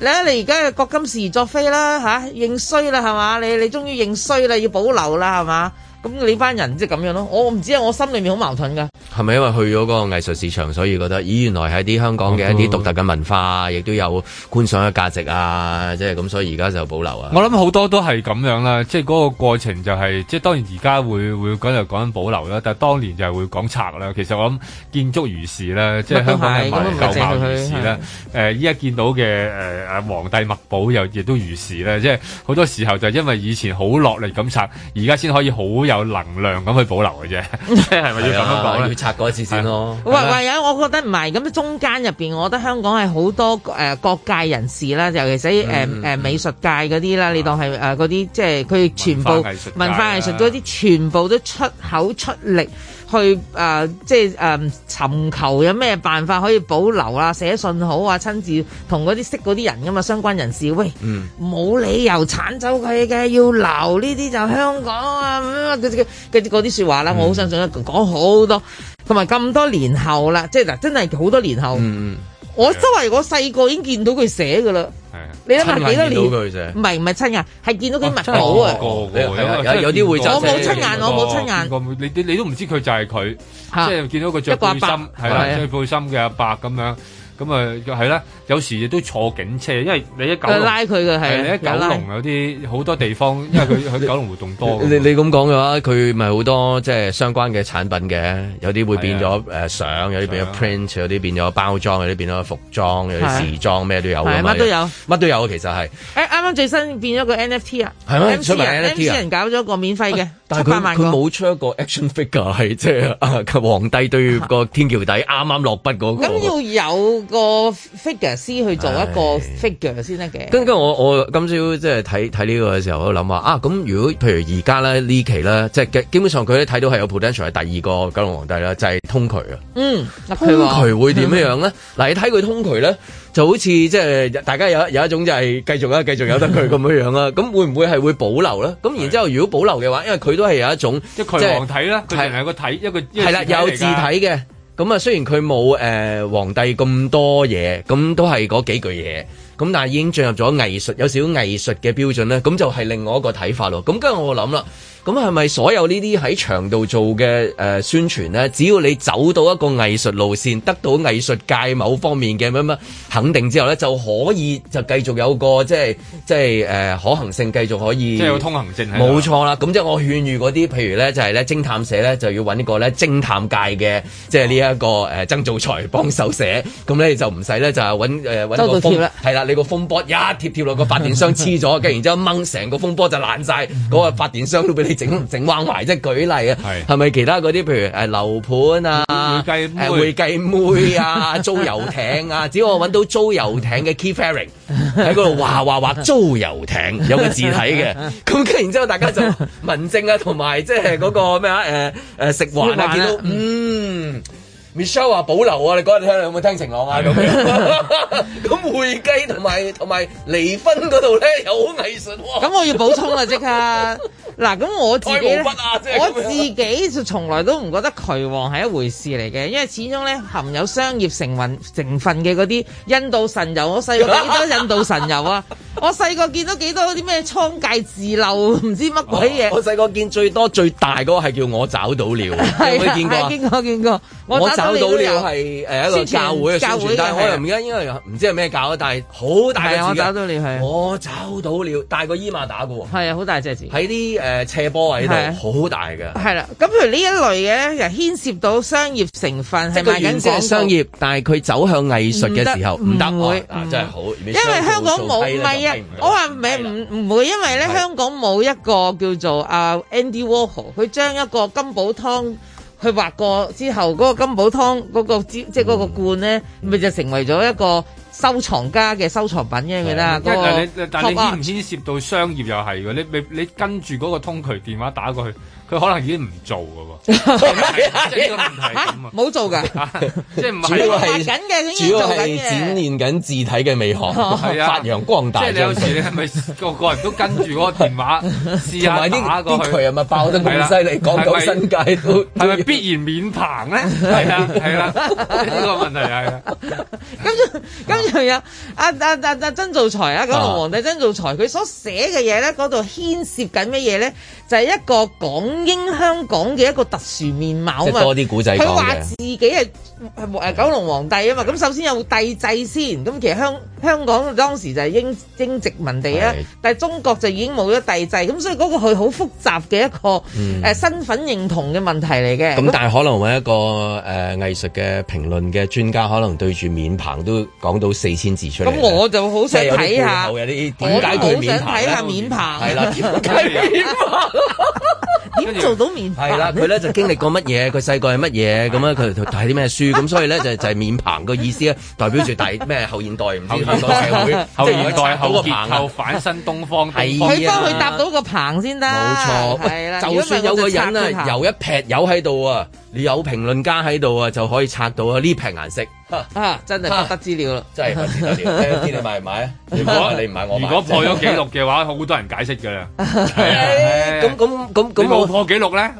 [SPEAKER 4] 咧，你而家又國金時作非啦吓、認衰啦係嘛，你你終於認衰啦，要保留啦係嘛，咁你班人即係咁樣咯，我唔知啊，我心裏面好矛盾㗎。
[SPEAKER 2] 係咪因為去咗嗰個藝術市場，所以覺得咦原來係啲香港嘅一
[SPEAKER 4] 嗯
[SPEAKER 2] 啲獨特嘅文化，亦都有觀賞嘅價值啊！即係咁，所以而家就保留啊。
[SPEAKER 6] 我諗好多都係咁樣啦，即係嗰個過程就係、即係當然而家會會講就講緊保留啦，但係當年就係會講拆啦。其實我諗建築如是啦，即係香港嘅
[SPEAKER 5] 乜都係
[SPEAKER 6] 文
[SPEAKER 5] 咁啊
[SPEAKER 6] 舊貌
[SPEAKER 5] 咪
[SPEAKER 6] 如
[SPEAKER 5] 淨係
[SPEAKER 6] 是
[SPEAKER 5] 佢
[SPEAKER 6] 啦。誒依家見到嘅誒誒皇帝墨寶又亦都如是啦，即係好多時候就係因為以前好落力咁拆，而家先可以好有能量咁去保留嘅啫， 即係咪要咁樣講
[SPEAKER 2] 係啊
[SPEAKER 6] 咧？
[SPEAKER 2] 要拆過一次先咯
[SPEAKER 4] 喂喂，有我覺得唔係咁，中間入邊，我覺得香港係好多誒、呃各界人士啦，尤其是
[SPEAKER 6] 嗯
[SPEAKER 4] 誒誒、呃美術界嗰啲啦，你當係誒嗰啲即係佢哋全部
[SPEAKER 6] 啊文化藝術啊界啦
[SPEAKER 4] 文化藝術嗰啲，全部都出口出力去誒、呃即係誒、呃、尋求有咩辦法可以保留啊，寫信好啊，親自同嗰啲識嗰啲人噶嘛，相關人士喂。
[SPEAKER 2] 嗯。
[SPEAKER 4] 冇理由鏟走佢嘅，要留呢啲就香港啊咁啊佢佢嗰啲説話啦，我好相信啦講好多，同埋咁多年後啦，即係嗱，真係好多年後，
[SPEAKER 2] 嗯
[SPEAKER 4] 我周圍我細個已經見到佢寫噶啦，你諗下幾多年？唔係唔係親眼，係見到佢 墨寶啊！
[SPEAKER 6] 有
[SPEAKER 2] 啲會就
[SPEAKER 4] 我冇親眼我冇親眼
[SPEAKER 6] 你啲你都唔知佢就係佢，
[SPEAKER 4] 嚇
[SPEAKER 6] 即係見到佢着
[SPEAKER 4] 一個阿
[SPEAKER 6] 背
[SPEAKER 4] 伯
[SPEAKER 6] 心，係啦
[SPEAKER 4] 係啊，
[SPEAKER 6] 着背心嘅阿伯咁樣。咁啊，係啦，有時亦都坐警車，因為你一九
[SPEAKER 4] 佢拉佢嘅係啊
[SPEAKER 6] 你一九
[SPEAKER 4] 有拉
[SPEAKER 6] 龍有啲好多地方，因為 佢佢九龍活動多㗎嘛。
[SPEAKER 2] 你你咁講嘅話，佢咪好多即係相關嘅產品嘅，有啲會變咗
[SPEAKER 6] 啊
[SPEAKER 2] 誒相，有啲變咗 print，有啲變咗包裝，有啲變咗服裝，有
[SPEAKER 4] 係啊
[SPEAKER 2] 啲時裝，咩都有㗎
[SPEAKER 4] 係
[SPEAKER 2] 嘛
[SPEAKER 4] 乜都有，
[SPEAKER 2] 乜都有啊其實係。
[SPEAKER 4] 誒啱啱最新變咗個 NFT 啊，
[SPEAKER 2] 係咩
[SPEAKER 4] MC
[SPEAKER 2] 出埋 NFT 啊
[SPEAKER 4] MC 人搞咗個免費嘅
[SPEAKER 2] 但
[SPEAKER 4] 七
[SPEAKER 2] 係
[SPEAKER 4] 百
[SPEAKER 2] 佢
[SPEAKER 4] 萬
[SPEAKER 2] 佢
[SPEAKER 4] 個。
[SPEAKER 2] 冇出一個 action figure 係即係啊皇帝對個天橋底啱啱落筆嗰個。
[SPEAKER 4] 咁要有個 figure 先去做一個 figure 先得嘅。
[SPEAKER 2] 跟跟我我今朝即係睇睇呢個嘅時候，我諗話啊，咁如果譬如而家咧呢期咧，即係基本上佢咧睇到係有 potential 係第二個九龍皇帝啦，就係、通渠啊。
[SPEAKER 4] 嗯，嗱
[SPEAKER 2] 通
[SPEAKER 4] 佢話
[SPEAKER 2] 渠嗯會點樣樣咧？嗱，你睇佢通渠咧，就好似即係大家有有一種就係繼續啊，繼續有得佢咁樣樣啦。咁會唔會係會保留咧？咁然之後，如果保留嘅話，因為佢都係有一種
[SPEAKER 6] 即係佢
[SPEAKER 2] 係
[SPEAKER 6] 皇體啦，佢淨係個體一個一個
[SPEAKER 2] 係啦，
[SPEAKER 6] 字體嚟㗎
[SPEAKER 2] 有字體嘅。咁啊，雖然佢冇誒皇帝咁多嘢，咁都係嗰幾句嘢。咁但係已經進入咗藝術，有少少藝術嘅標準咧，咁就係另外一個睇法咯。咁跟住我諗啦，咁係咪所有呢啲喺場度做嘅誒、呃宣傳咧，只要你走到一個藝術路線，得到藝術界某方面嘅乜乜肯定之後咧，就可以就繼續有個即係即係誒、呃可行性，繼續可以
[SPEAKER 6] 即係有通行證喺度
[SPEAKER 2] 冇錯啦，咁即係我勸喻嗰啲，譬如咧就係咧偵探社咧就要揾一個咧偵探界嘅，即係呢一個誒曾造才幫手寫，咁咧就唔使咧就係揾誒揾個
[SPEAKER 4] 周到貼
[SPEAKER 2] 風
[SPEAKER 4] 啦，
[SPEAKER 2] 係啦，你個風波一貼貼落個發電箱黐咗，跟住然之後掹成個風波就爛晒，
[SPEAKER 4] 嗯
[SPEAKER 2] 嗰個發電箱都俾你整 整彎埋，即係舉例啊，係咪其他嗰啲譬如誒樓盤啊、
[SPEAKER 6] 會計妹
[SPEAKER 2] 誒會計妹啊、 租遊艇啊，只要我揾到租遊艇嘅 key fairing 喺嗰度畫畫畫租遊艇 有個字體嘅。咁跟住然之後，大家就民政啊，同埋即係嗰個咩啊誒誒食環啊，
[SPEAKER 9] 食環啊
[SPEAKER 2] 見到嗯 Michelle 話保留啊，你嗰日聽有冇聽晴朗啊咁樣？ 咁會計同埋同埋離婚嗰度咧又好藝術喎。
[SPEAKER 4] 咁我要補充啦，啊 即刻嗱，咁我自己呢
[SPEAKER 2] 開毛筆啊即係咁樣
[SPEAKER 4] 我自己就從來都唔覺得渠王係一回事嚟嘅，因為始終咧含有商業成分成分嘅嗰啲印度神油，我細個幾多印度神油啊！我細個見到幾多啲咩倉戒自漏，唔知乜鬼嘢。
[SPEAKER 2] 我細個見最多最大嗰個係叫哦我找 到了，你有
[SPEAKER 4] 係
[SPEAKER 2] 冇見過
[SPEAKER 4] 係
[SPEAKER 2] 啊？
[SPEAKER 4] 見過見過，
[SPEAKER 2] 我找到
[SPEAKER 4] 你都
[SPEAKER 2] 了
[SPEAKER 4] 有
[SPEAKER 2] 係誒一個教會嘅宣
[SPEAKER 4] 宣
[SPEAKER 2] 傳，
[SPEAKER 4] 傳
[SPEAKER 2] 但係我
[SPEAKER 4] 係
[SPEAKER 2] 又
[SPEAKER 4] 啊
[SPEAKER 2] 唔記得，因為唔知係咩教啊，但係好大嘅
[SPEAKER 4] 係
[SPEAKER 2] 字
[SPEAKER 4] 啊我
[SPEAKER 2] 嘅
[SPEAKER 4] 找到了係
[SPEAKER 2] 我找到了，大過伊馬打嘅喎。
[SPEAKER 4] 係啊，好大隻字。
[SPEAKER 2] 喺啲誒斜坡位
[SPEAKER 4] 係啊
[SPEAKER 2] 度，好大嘅。
[SPEAKER 4] 係啦，咁譬如呢一類嘅咧，就牽涉到商業成分，
[SPEAKER 2] 即
[SPEAKER 4] 係
[SPEAKER 2] 係佢
[SPEAKER 4] 賣
[SPEAKER 2] 原先
[SPEAKER 4] 緊廣
[SPEAKER 2] 係
[SPEAKER 4] 告
[SPEAKER 2] 商業，但係佢走向藝術嘅時候唔
[SPEAKER 4] 唔
[SPEAKER 2] 得
[SPEAKER 4] 得唔會
[SPEAKER 2] 喎啊！真係好，因
[SPEAKER 4] 因為香港冇，唔係啊，我話唔係唔唔會，因為咧香港冇一個叫做啊 Andy Warhol，佢將一個金寶湯去畫過之後，嗰、個金寶湯嗰、個即即係嗰個罐咧，咪、就成為咗一個收藏家嘅收藏品嘅，記得啊
[SPEAKER 6] 因為但
[SPEAKER 4] 嗰個
[SPEAKER 6] 你但你
[SPEAKER 4] top
[SPEAKER 6] 牽
[SPEAKER 4] up
[SPEAKER 6] 唔牽涉到商業又係嘅，你你你跟住嗰個通渠電話打過去，佢可能已經唔做嘅喎。即係呢個問題咁啊！
[SPEAKER 4] 冇做㗎，
[SPEAKER 6] 即係唔
[SPEAKER 2] 主
[SPEAKER 6] 係
[SPEAKER 2] 要
[SPEAKER 6] 畫
[SPEAKER 2] 係
[SPEAKER 6] 緊嘅
[SPEAKER 2] 主
[SPEAKER 6] 應該
[SPEAKER 2] 要
[SPEAKER 6] 做緊
[SPEAKER 2] 係
[SPEAKER 6] 嘅
[SPEAKER 2] 展現緊字體嘅美學，
[SPEAKER 4] 哦
[SPEAKER 6] 係啊
[SPEAKER 2] 發揚光大。
[SPEAKER 6] 即係你有時你係咪個個人都跟住嗰個電 話試下
[SPEAKER 2] 同埋
[SPEAKER 6] 打
[SPEAKER 2] 啲
[SPEAKER 6] 過去？
[SPEAKER 2] 啲渠係咪爆得咁
[SPEAKER 6] 係啦
[SPEAKER 2] 犀利港九
[SPEAKER 6] 係咪
[SPEAKER 2] 新界都
[SPEAKER 6] 係咪必然免棚咧？係啊係啦，呢個問題係啊。
[SPEAKER 4] 咁又有阿阿阿阿曾造才啊，嗰
[SPEAKER 6] 啊
[SPEAKER 4] 個皇帝曾造才，佢所寫嘅嘢咧，嗰度牽涉緊乜嘢咧？就係、一個港英香港嘅一個特殊面貌啊
[SPEAKER 2] 即係
[SPEAKER 4] 嘛。
[SPEAKER 2] 多啲古仔講嘅
[SPEAKER 4] 佢話自己係係誒九龍皇帝啊嘛。咁首先有帝制先，咁其實香香港當時就係英英殖民地啊
[SPEAKER 16] 係，
[SPEAKER 4] 但係中國就已經冇咗帝制，咁所以嗰個佢好複雜嘅一個誒、
[SPEAKER 2] 嗯
[SPEAKER 4] 呃身份認同嘅問題嚟嘅。
[SPEAKER 2] 咁但係可能揾一個誒、呃、藝術嘅評論嘅專家，可能對住面棚都講到四千字出嚟。
[SPEAKER 4] 咁我就好想睇下，
[SPEAKER 2] 即係有啲背後有啲點
[SPEAKER 4] 我
[SPEAKER 2] 解
[SPEAKER 4] 都
[SPEAKER 2] 佢
[SPEAKER 4] 好
[SPEAKER 2] 面
[SPEAKER 4] 想
[SPEAKER 2] 棚
[SPEAKER 4] 睇
[SPEAKER 2] 咧
[SPEAKER 4] 下面棚，
[SPEAKER 2] 係 啦點解面
[SPEAKER 4] 棚？點做到面棚？
[SPEAKER 2] 係啦，佢咧就經歷過乜 嘢，佢細個係乜嘢，咁樣佢睇啲咩書，咁所以咧就就係面棚個意思咧，代表住大咩後現 代唔知香港社會，
[SPEAKER 6] 後
[SPEAKER 2] 即係如
[SPEAKER 6] 現
[SPEAKER 2] 果拆
[SPEAKER 6] 代
[SPEAKER 2] 到
[SPEAKER 6] 後
[SPEAKER 2] 個
[SPEAKER 6] 結
[SPEAKER 2] 棚
[SPEAKER 6] 構
[SPEAKER 2] 啊。
[SPEAKER 6] 反身東方，
[SPEAKER 2] 係啊
[SPEAKER 6] 東方
[SPEAKER 4] 佢幫佢搭到個棚先得，
[SPEAKER 2] 冇錯，
[SPEAKER 4] 係啦。
[SPEAKER 2] 喂就算有個人啊，
[SPEAKER 4] 有
[SPEAKER 2] 有一劈友喺度啊，你有評論家喺度啊，就可以拆到啊呢劈顏色。
[SPEAKER 4] 啊，真係不得之了啦，
[SPEAKER 2] 真係不 得之了你買唔買啊？如果 你唔買，我買
[SPEAKER 6] 如果破咗紀錄嘅話，好多人解釋㗎啦。
[SPEAKER 2] 啊
[SPEAKER 6] 啊
[SPEAKER 2] 咁咁咁
[SPEAKER 6] 你
[SPEAKER 2] 咁
[SPEAKER 6] 冇
[SPEAKER 2] 我
[SPEAKER 6] 破紀錄咧，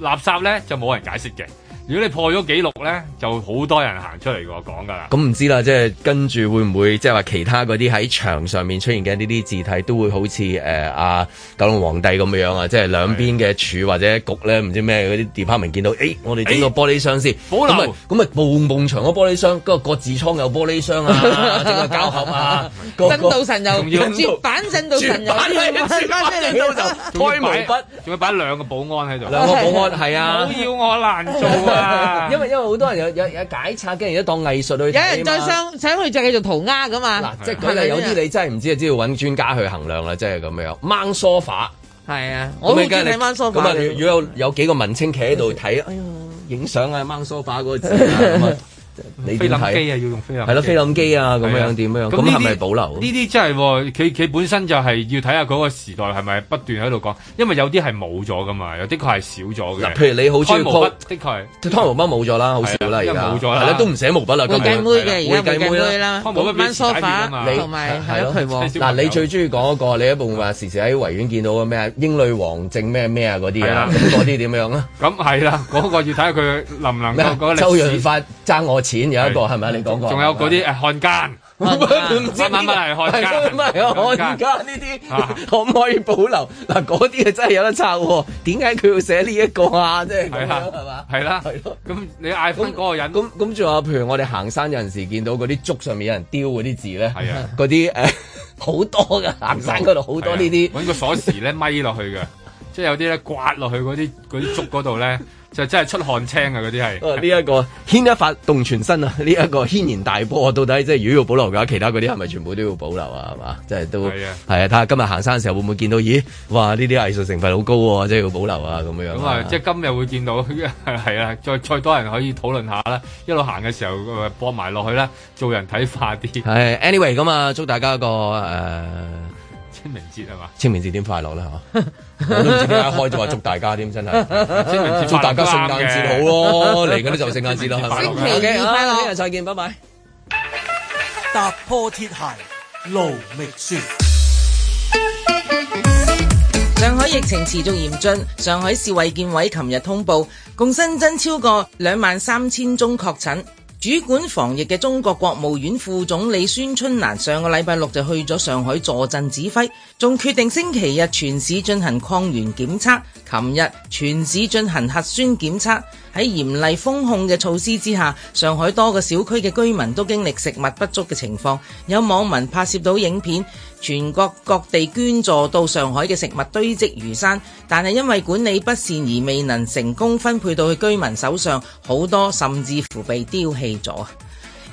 [SPEAKER 6] 垃圾咧就冇人解釋嘅。如果你破咗紀錄咧，就好多人行出嚟個講㗎啦。
[SPEAKER 2] 咁唔知啦，即係跟住會唔會即係話其他嗰啲喺牆上面出現嘅呢啲字體都會好似呃誒阿九龍皇帝咁樣啊，即係兩邊嘅柱或者局咧，唔知咩嗰啲 department 見到，誒我哋整
[SPEAKER 4] 哎
[SPEAKER 2] 個玻璃箱先，
[SPEAKER 6] 保留
[SPEAKER 2] 咁啊咁啊夢夢牆個玻璃箱，個個字倉有玻璃箱啊，整個膠盒啊，個個
[SPEAKER 4] 震到神
[SPEAKER 2] 仲要
[SPEAKER 4] 又 絕版，震到神 又
[SPEAKER 2] 絕版係
[SPEAKER 4] 翻翻嚟啦。
[SPEAKER 6] 仲要
[SPEAKER 2] 開毛
[SPEAKER 6] 擺
[SPEAKER 2] 筆，
[SPEAKER 6] 仲要擺兩個保安喺度，
[SPEAKER 2] 兩個保安係啊！
[SPEAKER 6] 唔好要我難做啊
[SPEAKER 2] 因為因為好多人有有有解拆，跟住一當藝術去睇
[SPEAKER 4] 有人再啊
[SPEAKER 2] 嘛
[SPEAKER 4] 想想去就繼續塗鴉噶嘛，
[SPEAKER 2] 即係舉例，有啲你真係唔知，只要揾專家去衡量啦，即係咁樣。掹 sofa
[SPEAKER 4] 係啊，我好中意睇掹梳
[SPEAKER 2] 咁
[SPEAKER 4] 化
[SPEAKER 2] 啊，
[SPEAKER 4] 嘅
[SPEAKER 2] 哎如 果有有幾個文青企喺度睇，哎呀，影相啊，掹 sofa 嗰個字啊咁啊你
[SPEAKER 6] 菲
[SPEAKER 2] 點
[SPEAKER 6] 林
[SPEAKER 2] 睇
[SPEAKER 6] 機啊，要用菲林
[SPEAKER 2] 係咯菲林機啊咁
[SPEAKER 6] 係啊
[SPEAKER 2] 樣點樣
[SPEAKER 6] 呢啲
[SPEAKER 2] 咁係咪保留
[SPEAKER 6] 呢啲真係喎佢佢本身就係要睇下嗰個時代係咪不斷喺度講，因為有啲係冇咗噶嘛，有的確係少咗嘅。
[SPEAKER 2] 嗱譬如你好中意
[SPEAKER 6] 開毛筆
[SPEAKER 2] quote
[SPEAKER 6] 的確
[SPEAKER 2] 即係湯毛筆冇咗啦，好少啦，而
[SPEAKER 6] 係啊因為
[SPEAKER 2] 家
[SPEAKER 6] 冇咗啦
[SPEAKER 2] 係啦，都唔寫毛筆啦，
[SPEAKER 9] 會
[SPEAKER 2] 根本
[SPEAKER 9] 計妹嘅
[SPEAKER 2] 係
[SPEAKER 9] 而家會計妹啦，
[SPEAKER 6] 冇乜俾
[SPEAKER 9] 蚊梳
[SPEAKER 6] 時間
[SPEAKER 9] 化
[SPEAKER 6] 㗎啊嘛
[SPEAKER 2] 啊你
[SPEAKER 9] 同埋係
[SPEAKER 2] 係
[SPEAKER 9] 咯，
[SPEAKER 2] 咯
[SPEAKER 9] 佢喎。
[SPEAKER 2] 嗱，你最中意講嗰個，你一部話時時喺維園見到嘅咩啊英女王證咩咩啊嗰啲
[SPEAKER 6] 係
[SPEAKER 2] 啊
[SPEAKER 6] 啊，
[SPEAKER 2] 咁嗰啲點樣啊？
[SPEAKER 6] 咁係啦，嗰個要睇下佢能唔能
[SPEAKER 2] 咩啊
[SPEAKER 6] 夠嗰個歷史
[SPEAKER 2] 周潤發爭我錢有一個係咪啊？你講過
[SPEAKER 6] 仲有嗰啲誒漢 奸， 乜乜乜係漢奸，
[SPEAKER 2] 乜係漢奸呢
[SPEAKER 6] 啊
[SPEAKER 2] 啲可唔可以保留？嗱，嗰啲啊真係有得抄喎。點解佢要寫呢一個啊？即係咁
[SPEAKER 6] 係
[SPEAKER 2] 樣
[SPEAKER 6] 啦
[SPEAKER 2] 係嘛？
[SPEAKER 6] 係啦，
[SPEAKER 2] 係咯。
[SPEAKER 6] 咁你嗌翻嗰個人，
[SPEAKER 2] 咁咁仲有，譬如我哋行山有陣時見到嗰啲竹上面有人雕嗰啲字咧，
[SPEAKER 6] 係啊
[SPEAKER 2] 嗰啲呃誒好多噶行山嗰度好多呢
[SPEAKER 6] 係
[SPEAKER 2] 啲。
[SPEAKER 6] 啊揾個鎖匙咧咪落去嘅， 即係有啲咧刮落去嗰啲嗰啲竹嗰度咧，就真係出汗青啊！嗰啲係。
[SPEAKER 2] 哦呢一個牽一髮動全身啊！呢一個軒然大波啊！到底即係如果要保留嘅話，其他嗰啲係咪全部都要保留啊？係嘛，即係都係
[SPEAKER 6] 係啊
[SPEAKER 2] 啊！睇下今日行山嘅時候會唔會見到？咦，哇！呢啲藝術成分好高喎，即係要保留啊咁樣。
[SPEAKER 6] 咁啊，即係今日會見到， 係啊，再再多人可以討論下啦。一路行嘅時候，誒播埋落去啦，做人睇化啲。
[SPEAKER 2] 係 anyway 咁啊，祝大家一個誒、呃
[SPEAKER 6] 清明節係嘛？
[SPEAKER 2] 清明節點快樂啦嚇！ 我都唔知點解一開就話祝大家添，真係
[SPEAKER 6] 清明節
[SPEAKER 2] 祝大家
[SPEAKER 6] 快樂
[SPEAKER 2] 聖
[SPEAKER 6] 都啱
[SPEAKER 2] 誕
[SPEAKER 6] 嘅
[SPEAKER 2] 節 好咯，嚟緊呢就聖誕節啦，係咪？
[SPEAKER 1] 清明節快樂
[SPEAKER 2] OK，好
[SPEAKER 1] 快樂
[SPEAKER 2] 聽日再見，拜拜。
[SPEAKER 1] 踏破鐵鞋路未雪。
[SPEAKER 4] 上海疫情持續嚴峻，上海市衛健委琴日通報，共新增超過兩萬三千宗確診。主管防疫嘅中國國務院副總理孫春蘭上個禮拜六就去咗上海坐鎮指揮，仲決定星期日全市進行抗原檢測，琴日全市進行核酸檢測。喺嚴厲封控嘅措施之下，上海多個小區嘅居民都經歷食物不足嘅情況，有網民拍攝到影片。全國各地捐助到上海嘅食物堆積如山，但係因為管理不善而未能成功分配到去居民手上，好多甚至乎被丟棄咗。啊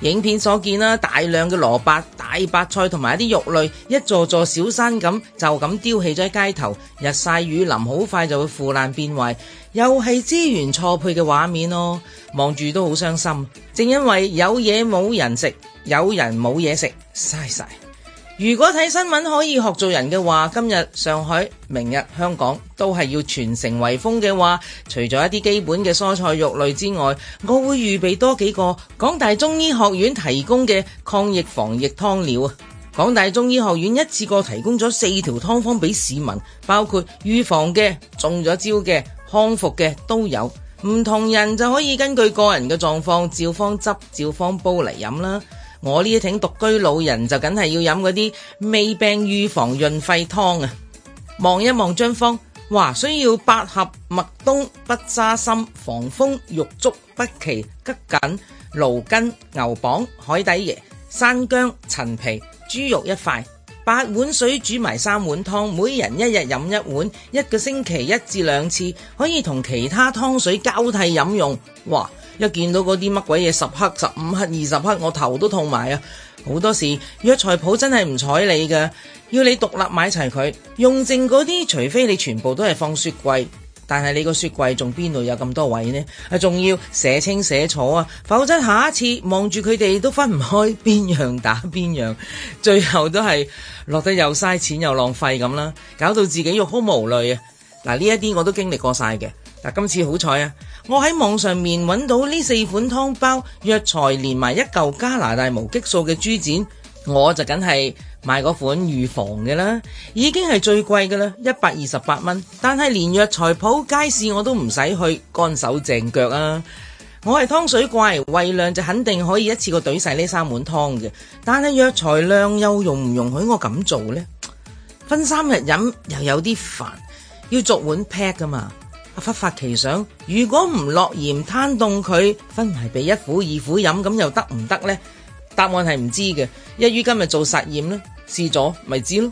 [SPEAKER 4] 影片所見啦，大量嘅蘿蔔、大白菜同埋一啲肉類，一座座小山咁就咁丟棄咗喺街頭，日曬雨淋，好快就會腐爛變壞，又係資源錯配嘅畫面咯，望住都好傷心。正因為有嘢冇人食，有人冇嘢食，嘥晒。如果睇新聞可以學做人嘅話，今日上海、明日香港都係要全城圍封嘅話，除咗一啲基本嘅蔬菜肉類之外，我會預備多幾個港大中醫學院提供嘅抗疫防疫湯料啊！港大中醫學院一次過提供咗四條湯方俾市民，包括預防嘅、中咗招嘅、康復嘅都有。唔同人就可以根據個人嘅狀況，照方執、照方煲嚟飲啦。我呢一挺獨居老人就梗係要飲嗰啲未病預防潤肺湯啊！望一望張方，哇！需要百合、麥冬、北沙參、防風、玉竹、北芪、桔梗、蘆根、牛蒡、海底椰、山姜、陳皮、豬肉一塊。八碗水煮埋三碗湯，每人一日飲一碗，一個星期一至兩次，可以同其他湯水交替飲用。哇！一見到嗰啲乜鬼嘢十克、十五克、二十克，我頭都痛埋啊！好多時藥材鋪真係唔睬你㗎，要你獨立買齊佢，用剩嗰啲，除非你全部都係放雪櫃。但係你個雪櫃仲邊度有咁多位呢？啊，仲要寫清寫楚啊，否則下一次望住佢哋都分唔開邊樣打邊樣，最後都係落得又嘥錢又浪費咁啦，搞到自己欲哭無淚啊！嗱，呢一啲我都經歷過晒嘅。嗱，今次好彩啊！我喺網上面揾到呢四款湯包，藥材連埋一嚿加拿大無激素嘅豬展，我就梗係買嗰款預防嘅啦，已經係最貴嘅啦，一百二十八蚊。但係連藥材鋪街市我都唔使去，乾手淨腳啊！我係湯水怪，胃量就肯定可以一次過懟晒呢三碗湯嘅。但係藥材量又容唔容許我咁做呢？分三日飲又有啲煩，要逐碗劈噶嘛。阿忽發奇想，如果唔落鹽攤凍佢，分埋俾一苦二苦飲，咁又得唔得呢？答案係唔知嘅，一於今日做實驗啦，試咗咪知咯。